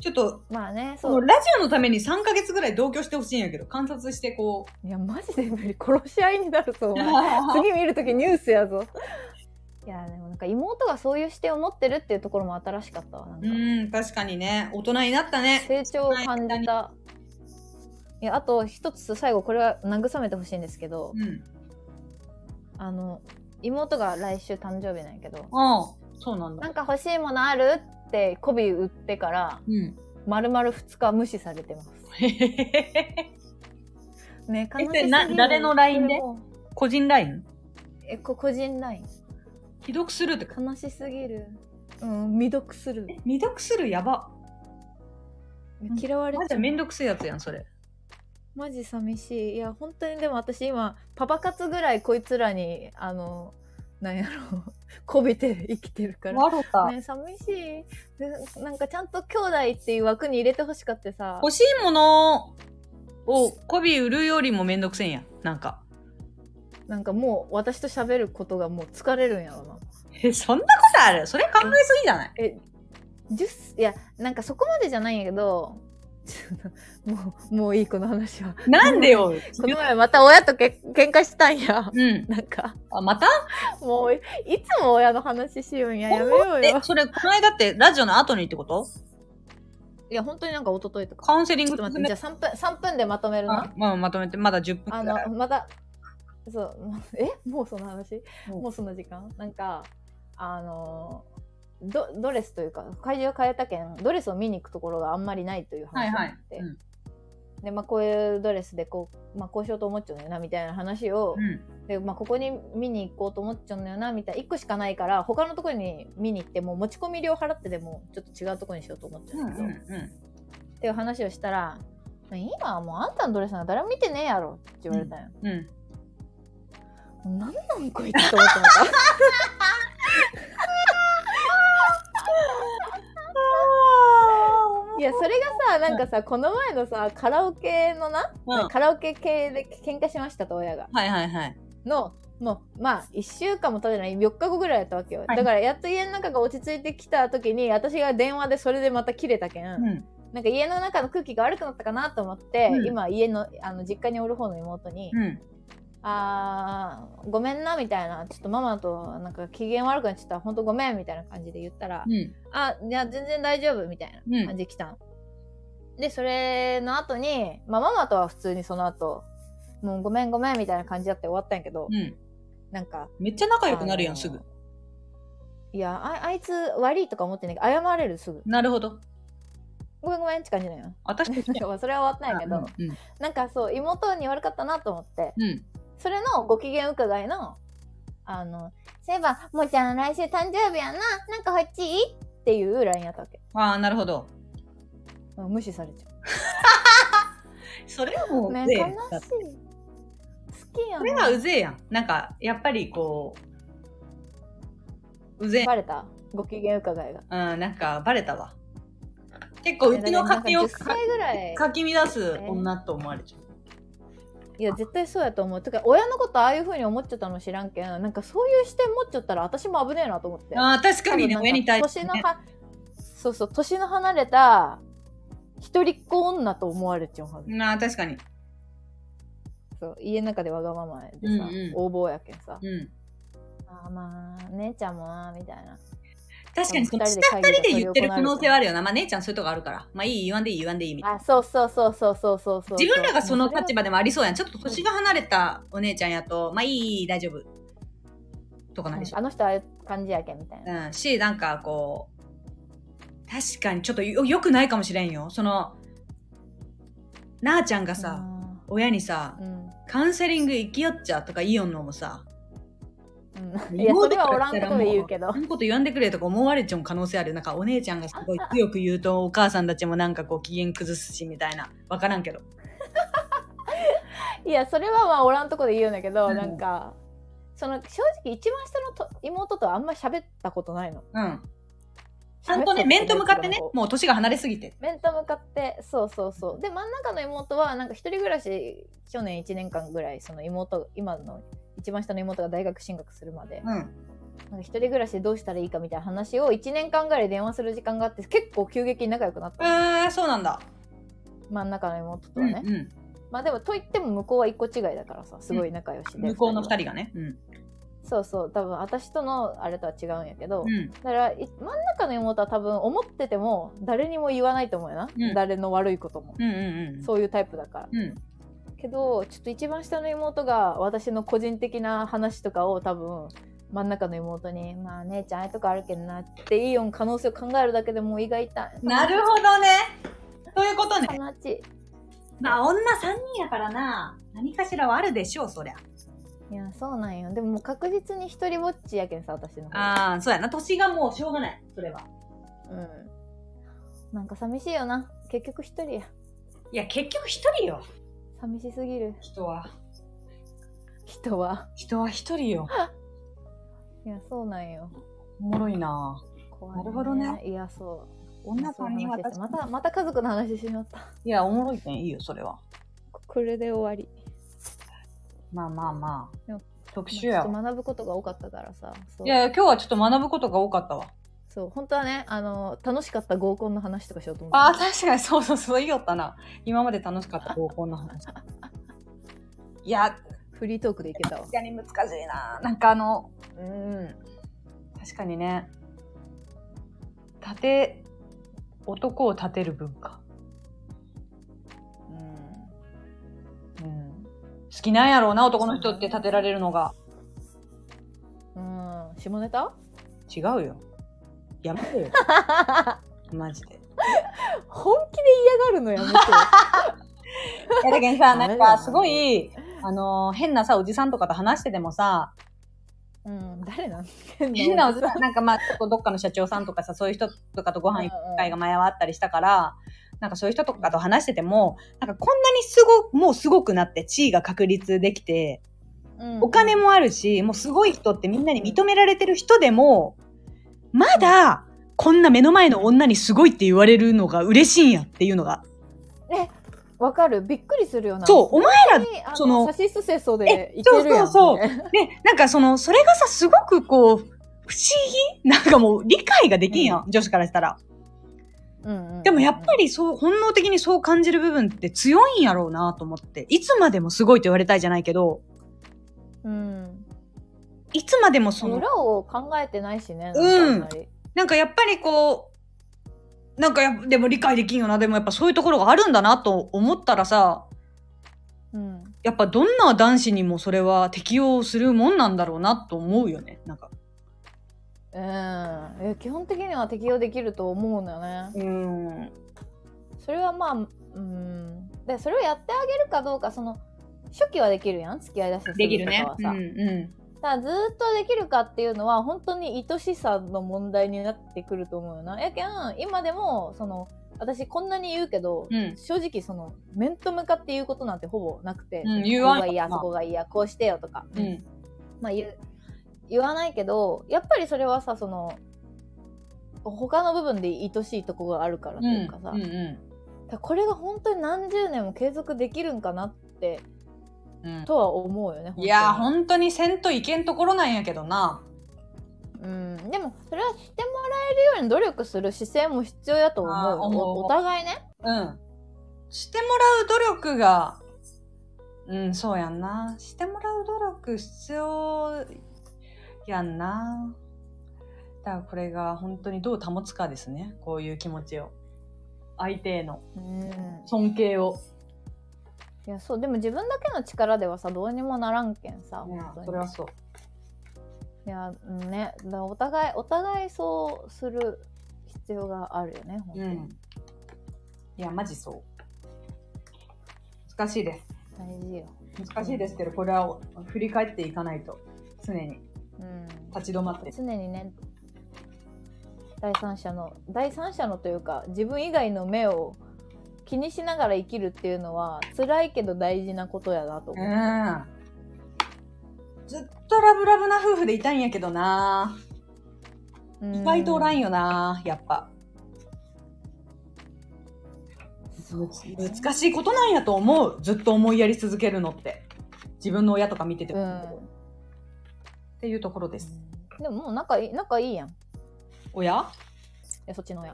Speaker 1: ちょっと、
Speaker 2: まあね、
Speaker 1: この
Speaker 2: そう。
Speaker 1: ラジオのために3ヶ月ぐらい同居してほしいんやけど、観察してこう。
Speaker 2: いや、マジで無理。殺し合いになるぞ、お 前。次見るときニュースやぞ。いや、でもなんか妹がそういう視点を持ってるっていうところも新しかったわ。なんか
Speaker 1: うん、確かにね。大人になったね。
Speaker 2: 成長を感じた。いや、あと一つ最後、これは慰めてほしいんですけど、
Speaker 1: うん。
Speaker 2: あの、妹が来週誕生日なんやけど、
Speaker 1: ああ、そうなん
Speaker 2: な
Speaker 1: だ。
Speaker 2: んか欲しいものあるって媚び売ってから、
Speaker 1: うん。
Speaker 2: 丸々2日無視されてます。ね、悲しすぎ
Speaker 1: え
Speaker 2: る
Speaker 1: な誰の LINE で
Speaker 2: それも
Speaker 1: 個人ライン
Speaker 2: え、こ個人 LINE。
Speaker 1: 既読するって
Speaker 2: 悲しすぎる。うん、未読する。
Speaker 1: 未読するやば。
Speaker 2: 嫌われ
Speaker 1: ま
Speaker 2: ち
Speaker 1: だ
Speaker 2: ゃう
Speaker 1: めんどくせえやつやん、それ。
Speaker 2: マジ寂しいいや本当にでも私今パパ活ぐらいこいつらにあのなんやろ うこびて生きてるから。
Speaker 1: ろか。
Speaker 2: ね、寂しいでなんかちゃんと兄弟っていう枠に入れてほしかってさ
Speaker 1: 欲しいものを媚び売るよりもめんどくせえんや。なんか。
Speaker 2: なんかもう私と喋ることがもう疲れるんやろな
Speaker 1: え、そんなことあるそれ考えすぎじゃない
Speaker 2: え10いやなんかそこまでじゃないんやけど ちょっともうもういいこの話は
Speaker 1: なんでよ。
Speaker 2: この前また親とけ喧嘩したんや
Speaker 1: うん。
Speaker 2: なんか
Speaker 1: あ、また
Speaker 2: もういいつも親の話しようんややめよう
Speaker 1: え
Speaker 2: よ、
Speaker 1: それ、この間ってラジオの後にってこと
Speaker 2: いや、本当になんか一昨日とか。
Speaker 1: カウンセリン
Speaker 2: ちょ
Speaker 1: グ
Speaker 2: っと待って、じゃあ3分、三分でまとめる
Speaker 1: あ
Speaker 2: な。
Speaker 1: まあ、まとめて、まだ10分
Speaker 2: あ
Speaker 1: くらい。
Speaker 2: の、また、そう、 もうえもうその話
Speaker 1: うん
Speaker 2: もうその時間なんか、あの、ドドレスというか、会場を変えたけん、ドレスを見に行くところがあんまりないという
Speaker 1: は
Speaker 2: 話
Speaker 1: い
Speaker 2: にな
Speaker 1: は
Speaker 2: っ
Speaker 1: い。
Speaker 2: て、で、まあこういうドレスでこう、まあこうしようと思っちゃうんだよな、みたいな話を、
Speaker 1: うん。
Speaker 2: で、まあここに見に行こうと思っちゃうんだよな、みたいな、1個しかないから、他のところに見に行っても、持ち込み料払ってでも、ちょっと違うところにしようと思っちゃ
Speaker 1: う
Speaker 2: う
Speaker 1: ん
Speaker 2: んだけ
Speaker 1: う
Speaker 2: ど、
Speaker 1: んうん。
Speaker 2: っていう話をしたら「今はもうあんたのドレスなんか誰も見てねえやろ」って言われたんよ。
Speaker 1: うん。
Speaker 2: なんなんこいつと思ってました。いやそれがさなんかさこの前のさカラオケのな、
Speaker 1: うん
Speaker 2: カラオケ系で喧嘩しましたと親が。
Speaker 1: はいはいはい。
Speaker 2: のもうまあ1週間も経ってない4日後ぐらいだったわけよ、
Speaker 1: はい
Speaker 2: だからやっと家の中が落ち着いてきた時に私が電話でそれでまた切れたけん、
Speaker 1: うん。
Speaker 2: なんか家の中の空気が悪くなったかなと思って、
Speaker 1: うん
Speaker 2: 今家のあの実家におる方の妹に、
Speaker 1: うん。
Speaker 2: あーごめんなみたいなちょっとママとなんか機嫌悪くなっちゃったほんとごめんみたいな感じで言ったら、
Speaker 1: うん。
Speaker 2: あいや全然大丈夫みたいな感じで来たの、でそれの後にまあママとは普通にその後もうごめんごめんみたいな感じだって終わったんやけど、
Speaker 1: うん。
Speaker 2: なんか
Speaker 1: めっちゃ仲良くなるやん、すぐ。
Speaker 2: いやああいつ悪いとか思ってないけど謝られるすぐ
Speaker 1: なるほど。
Speaker 2: ごめんごめんって感じなんよ
Speaker 1: 私と一緒や
Speaker 2: なんかそれは終わったんやけど、
Speaker 1: うん。
Speaker 2: なんかそう妹に悪かったなと思って
Speaker 1: うん。
Speaker 2: それのご機嫌伺いの、あの、そういえば、もーちゃん来週誕生日やな、なんか欲しいっていう LINE やったわけ。
Speaker 1: ああ、なるほど。
Speaker 2: うん無視されちゃ
Speaker 1: それはも
Speaker 2: う。
Speaker 1: う、
Speaker 2: ね、
Speaker 1: うぜえ
Speaker 2: 悲しい
Speaker 1: やん。。
Speaker 2: 好きや
Speaker 1: それは
Speaker 2: ん。
Speaker 1: うぜえやん。なんか、やっぱりこう、うぜえ。
Speaker 2: バレたご機嫌伺いが。
Speaker 1: うん、なんか、バレたわ。結構、うちの家庭を
Speaker 2: なんか10歳ぐらい。
Speaker 1: かき乱す女と思われちゃう。
Speaker 2: いや、絶対そうやと思う。てか、親のことああいう風に思っちゃったの知らんけん、なんかそういう視点持っちゃったら私も危ねえなと思って。
Speaker 1: ああ、確かにね、
Speaker 2: 多分なん
Speaker 1: 親に対して、
Speaker 2: 年の
Speaker 1: ね。
Speaker 2: は、そうそう、年の離れた、一人っ子女と思われちゃうはず。
Speaker 1: なあ、確かに。
Speaker 2: そう家の中でわがままでさ、
Speaker 1: うんうん
Speaker 2: 横暴やけんさ
Speaker 1: うん。
Speaker 2: あーまあ姉ちゃんもなみたいな
Speaker 1: 確かに、その
Speaker 2: 二
Speaker 1: 下
Speaker 2: 人で
Speaker 1: 二
Speaker 2: 会議
Speaker 1: 人で言ってる
Speaker 2: が
Speaker 1: 可
Speaker 2: 取り行われてる
Speaker 1: 能性はあるよな。まあ、姉ちゃんそういうとこあるから。まあ、いい、言わんでいい、言わんでいいみたいな。
Speaker 2: あそうそうそうそうそうそうそう
Speaker 1: 自分らがその立場で
Speaker 2: も
Speaker 1: もありそうやん。ちょっと年が離れたお姉ちゃんやと、まあ、いい、大丈夫。とかなりそう
Speaker 2: あの人ああいう感じやけんみたいな、
Speaker 1: うん、し、なんかこう、確かにちょっとよよくないかもしれんよ。その、なあちゃんがさ、親にさ
Speaker 2: う、ん
Speaker 1: カウンセリング行きよっちゃとか言いよんのもさ、
Speaker 2: うんいやそれはおらんことで言うけど
Speaker 1: そんなこと言わんでくれとか思われちゃう可能性あるよ。なんかお姉ちゃんがすごい強く言うと、お母さんたちもなんかこう機嫌崩すしみたいな。わからんけど。
Speaker 2: いやそれはまあおらんとこで言うんだけど、
Speaker 1: うん
Speaker 2: なんかその正直一番下のと妹とあんま喋ったことないの
Speaker 1: うん。ちゃんとね、面と向かってね、もう年が離れすぎて。
Speaker 2: 面と向かってそうそうそうで真ん中の妹はなんか一人暮らし去年1年間ぐらいその妹今の一番下の妹が大学進学するまで
Speaker 1: うん。
Speaker 2: なんか一人暮らしでどうしたらいいかみたいな話を1年間ぐらい電話する時間があって結構急激に仲良くなった、
Speaker 1: えー、そうなんだ。
Speaker 2: 真ん中の妹とはね、
Speaker 1: うんうん
Speaker 2: まあでもといっても向こうは一個違いだからさすごい仲良しで、
Speaker 1: 向こうの二
Speaker 2: 人
Speaker 1: 人がね。うん。
Speaker 2: そうそう多分私とのあれとは違うんやけど、
Speaker 1: うん。
Speaker 2: だからい真ん中の妹は多分思ってても誰にも言わないと思うよな、
Speaker 1: うん
Speaker 2: 誰の悪いことも、
Speaker 1: うんうんうん。
Speaker 2: そういうタイプだから
Speaker 1: うん。
Speaker 2: けどちょっと一番下の妹が私の個人的な話とかを多分真ん中の妹に「まあ姉ちゃんああいうとこあるけんな」っていいよん可能性を考えるだけでもう胃が痛い
Speaker 1: なるほどね。そういうことね。
Speaker 2: 悲し
Speaker 1: まあ、女三人やからな。何かしらはあるでしょう、そりゃ。
Speaker 2: いいやそうなんよでももう確実に一人ぼっちやけんさ私の方
Speaker 1: ああ、そうやな。年がもうしょうがない。それは。
Speaker 2: うんなんか寂しいよな結局一人や
Speaker 1: いや、結局一人よ。
Speaker 2: 寂しすぎる
Speaker 1: 人は。
Speaker 2: 人は
Speaker 1: 人は一人よ。
Speaker 2: いやそうなんよ
Speaker 1: おもろいな
Speaker 2: 怖
Speaker 1: なるほどね
Speaker 2: いやそう
Speaker 1: 女
Speaker 2: そう
Speaker 1: 三人は
Speaker 2: 話で
Speaker 1: 確
Speaker 2: す
Speaker 1: か
Speaker 2: ま
Speaker 1: に
Speaker 2: たまた家族の話しまった
Speaker 1: いや、おもろいけんいいよ、それは。
Speaker 2: これで終わり
Speaker 1: まあまあま
Speaker 2: でも
Speaker 1: あ。特殊
Speaker 2: ちょ
Speaker 1: や
Speaker 2: っと
Speaker 1: わ。
Speaker 2: 学ぶことが多かったからさそう
Speaker 1: いや、今日はちょっと学ぶことが多かったわ。
Speaker 2: そう本当はねあの楽しかった合コンの話とかしようと思って
Speaker 1: ああ、確かに、そうそうそう、いいよったな。今まで楽しかった合コンの 話。いや、
Speaker 2: フリートークでいけたわ
Speaker 1: 確かに難しいな。なんかあの、うん、確かにね、立て、男を立てる文化。うん。好きなんやろうな、男の人って立てられるのが。
Speaker 2: うん下ネタ
Speaker 1: 違うよ。やめてよ。マジで。い
Speaker 2: 本気で嫌がるのやめてよ
Speaker 1: やだけどさ、
Speaker 2: ダメだ
Speaker 1: な
Speaker 2: よ
Speaker 1: んかすごい、あの、変なさ、おじさんとかと話しててもさ、
Speaker 2: うん誰なん
Speaker 1: 変なおじ
Speaker 2: さ
Speaker 1: さん、なんかまあ、どっかの社長さんとかさ、そういう人とかとご飯行く機会が
Speaker 2: ん
Speaker 1: 前はあったりしたから、なんかそういう人とかと話してても、なんかこんなにすご、もうすごくなって地位が確立できて、
Speaker 2: うん
Speaker 1: お金もあるし、もうすごい人ってみんなに認められてる人でも、まだ、こんな目の前の女にすごいって言われるのが嬉しいんやっていうのが。
Speaker 2: わかるびっくりするよな
Speaker 1: そう、お前ら、
Speaker 2: にあの
Speaker 1: その
Speaker 2: サシスセソでいけるやん
Speaker 1: そうそう
Speaker 2: みたいな
Speaker 1: ね、なんかその、それがさ、すごくこう、不思議 なんかもう理解ができんやん、女子からしたら。
Speaker 2: うんうん
Speaker 1: でもやっぱりそう、本能的にそう感じる部分って強いんやろうなと思って。いつまでもすごいと言われたいじゃないけど、
Speaker 2: うん
Speaker 1: いつまでもその、
Speaker 2: 裏を考えてないしね
Speaker 1: うん
Speaker 2: なんかあまり
Speaker 1: なんかやっぱりこう、なんかやっでも理解できんよな、でもやっぱそういうところがあるんだなと思ったらさ、
Speaker 2: うん
Speaker 1: やっぱどんな男子にもそれは適用するもんなんだろうなと思うよね。なんか。
Speaker 2: うん、え基本的には適用できると思うのよね。
Speaker 1: うん。
Speaker 2: それはまあ、うん、でそれをやってあげるかどうかその初期はできるやん付き合いだしてす
Speaker 1: できる
Speaker 2: と
Speaker 1: ね
Speaker 2: かは。
Speaker 1: うん
Speaker 2: さ、
Speaker 1: う
Speaker 2: だからずーっとできるかっていうのは本当に愛しさの問題になってくると思うよな。やけん今でもその私こんなに言うけど、
Speaker 1: ん。うん。
Speaker 2: 正直その面と向かって言うことなんてほぼなくて、
Speaker 1: うん言
Speaker 2: ここ
Speaker 1: わん
Speaker 2: がいいやあそこがいいやこうしてよとか、
Speaker 1: うん。
Speaker 2: まあ、言う言わないけどやっぱりそれはさその他の部分で愛しいとこがあるからと
Speaker 1: うん。
Speaker 2: いうかさ、
Speaker 1: うん
Speaker 2: だ
Speaker 1: う
Speaker 2: からこれが本当に何十年も継続できるんかなって
Speaker 1: ん。うん
Speaker 2: とは思うよね
Speaker 1: いやー、
Speaker 2: 本
Speaker 1: 本当にせんといけんところなんやけどな。
Speaker 2: 当にうん、でもそれはしてもらえるように努力する姿勢も必要だと思う
Speaker 1: あー
Speaker 2: よ
Speaker 1: 思う
Speaker 2: おお互いね
Speaker 1: うん。してもらう努力が、うん、そうやんな。してもらう努力必要やんな。だからこれが本当にどう保つかですね。こういう気持ちを。相手への
Speaker 2: うん
Speaker 1: 尊敬を。
Speaker 2: いやそうでも自分だけの力ではさどうにもならんけんさ
Speaker 1: いや
Speaker 2: 本当に
Speaker 1: それはそう。
Speaker 2: いやうんねだからお互いお互いそうする必要があるよね本当
Speaker 1: う
Speaker 2: に、
Speaker 1: ん。いや、マジそう。難しいです。
Speaker 2: 大事よ
Speaker 1: 難しいですけど、これは振り返っていかないと。常に
Speaker 2: うん
Speaker 1: 立ち止まって。
Speaker 2: 常にね第三者の第三者のというか自分以外の目を気にしながら生きるっていうのは辛いけど大事なことやなと思う、
Speaker 1: うん。ずっとラブラブな夫婦でいたんやけどな。意外とおらん
Speaker 2: よ
Speaker 1: よな、やっぱ。難しいことなんやと思う。ずっと思いやり続けるのって。自分の親とか見てても。
Speaker 2: うん
Speaker 1: っていうところです。
Speaker 2: でももう仲いい、仲いいやん。い
Speaker 1: おや
Speaker 2: や、そっちの親。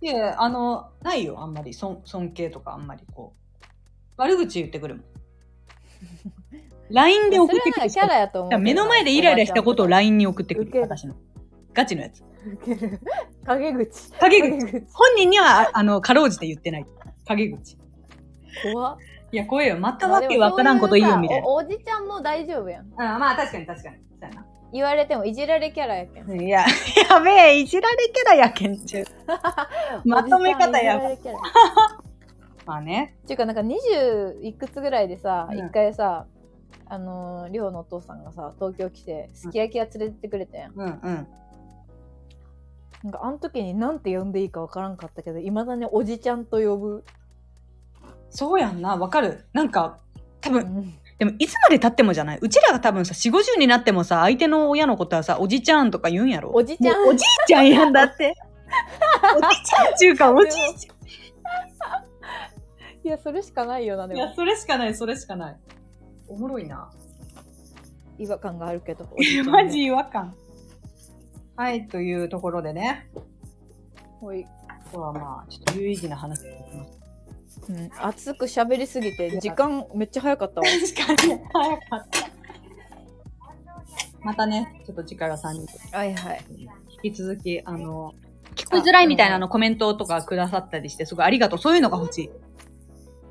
Speaker 1: いや、あの、ないよ、あんまり。尊尊敬とか、あんまりこう。悪口言ってく るもん。LINE で送ってく
Speaker 2: それはなんか
Speaker 1: る。
Speaker 2: キャラやと思うけど。
Speaker 1: 目の前でイライラしたことを LINE に送ってく
Speaker 2: ウ
Speaker 1: る。
Speaker 2: ケる
Speaker 1: 私の。ガチのやつ。
Speaker 2: 受ける。陰口。
Speaker 1: 陰口。
Speaker 2: 陰口。
Speaker 1: 本人には、ああの、かろうじて言ってない。陰口。
Speaker 2: 怖っ
Speaker 1: いや、怖えよ。またわけわからんこと言いよ、みたい
Speaker 2: おおじちゃんも大丈夫やん。
Speaker 1: な。うん、まあ確かに確かに。そうやな。
Speaker 2: 言われてもいじられキャラやけん。
Speaker 1: いや、やべえ、いじられキャラやけん ちゅう。 まとめ方やば
Speaker 2: おじちゃんいじられキャラ
Speaker 1: まあね。
Speaker 2: っていうかなんか20いくつぐらいでさ
Speaker 1: うん
Speaker 2: 一、回さあのーりょうのお父さんがさ東京来てすき焼き屋連れてってくれたやん、
Speaker 1: うんうん。
Speaker 2: なんかあの時になんて呼んでいいかわからんかったけどいまだにおじちゃんと呼ぶ、
Speaker 1: そうやんな、わかる。なんか、多
Speaker 2: う
Speaker 1: 分、
Speaker 2: ん、
Speaker 1: でもいつまで経ってもじゃないうちらが多分さ、4、50になってもさ、相手の親のことはさ、おじちゃんとか言うんやろ。
Speaker 2: おじちゃん
Speaker 1: もうおじいちゃんやんだ って。おじいちゃんちゅうか、おじいち
Speaker 2: いやそれしかないよな
Speaker 1: ゃ
Speaker 2: で
Speaker 1: ん。い
Speaker 2: も
Speaker 1: や、それしかない、それしかない。おもろいな。
Speaker 2: 違和感があるけどおじちゃんね
Speaker 1: マジ違和感。はい、というところでね。
Speaker 2: ほい、
Speaker 1: 今日はまあ、ちょっと有意義な話できま
Speaker 2: うん、熱く喋りすぎて時間めっちゃ早 かったわ
Speaker 1: した。確かに、早かった。またね、ちょっと力さんに
Speaker 2: はいはい
Speaker 1: 引き続き、あの、聞こえづらいみたいなあのコメントとかくださったりして、すごいありがとう。そういうのが欲しい。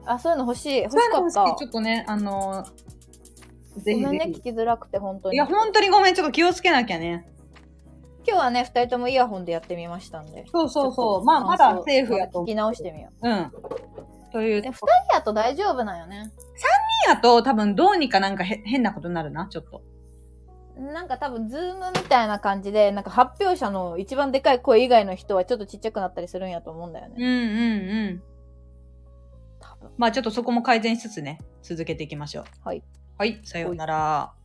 Speaker 2: あそういうの欲しい欲
Speaker 1: そうい
Speaker 2: し
Speaker 1: う
Speaker 2: か
Speaker 1: の
Speaker 2: っ
Speaker 1: 欲したい。ちょっとね、あの、ぜひ
Speaker 2: ごめんね
Speaker 1: ぜ
Speaker 2: 聞きづらくて本当
Speaker 1: ひ。い
Speaker 2: に
Speaker 1: や、本当にごめん。ちょっと気をつけなきゃね。
Speaker 2: 今日はね二人ともイヤホンでやってみましたんで
Speaker 1: そうそう
Speaker 2: ちょ
Speaker 1: そ
Speaker 2: っ
Speaker 1: う。
Speaker 2: と
Speaker 1: まあ、まだ
Speaker 2: 感想
Speaker 1: セーフやと
Speaker 2: また聞
Speaker 1: 思
Speaker 2: き直してみよう。
Speaker 1: う。うん。という。
Speaker 2: で
Speaker 1: 2
Speaker 2: 二人やと大丈夫なんよね。
Speaker 1: やと多分どうにかなんかへ変なことになるな、ちょっと。
Speaker 2: なんか多分、ズームみたいな感じで、なんか発表者の一番でかい声以外の人はちょっとちっちゃくなったりするんやと思うんだよ
Speaker 1: うん
Speaker 2: ね。
Speaker 1: うんうん。
Speaker 2: 多分。
Speaker 1: まあちょっとそこも改善しつつね、続けていきましょう。
Speaker 2: はい。
Speaker 1: はい、さようなら。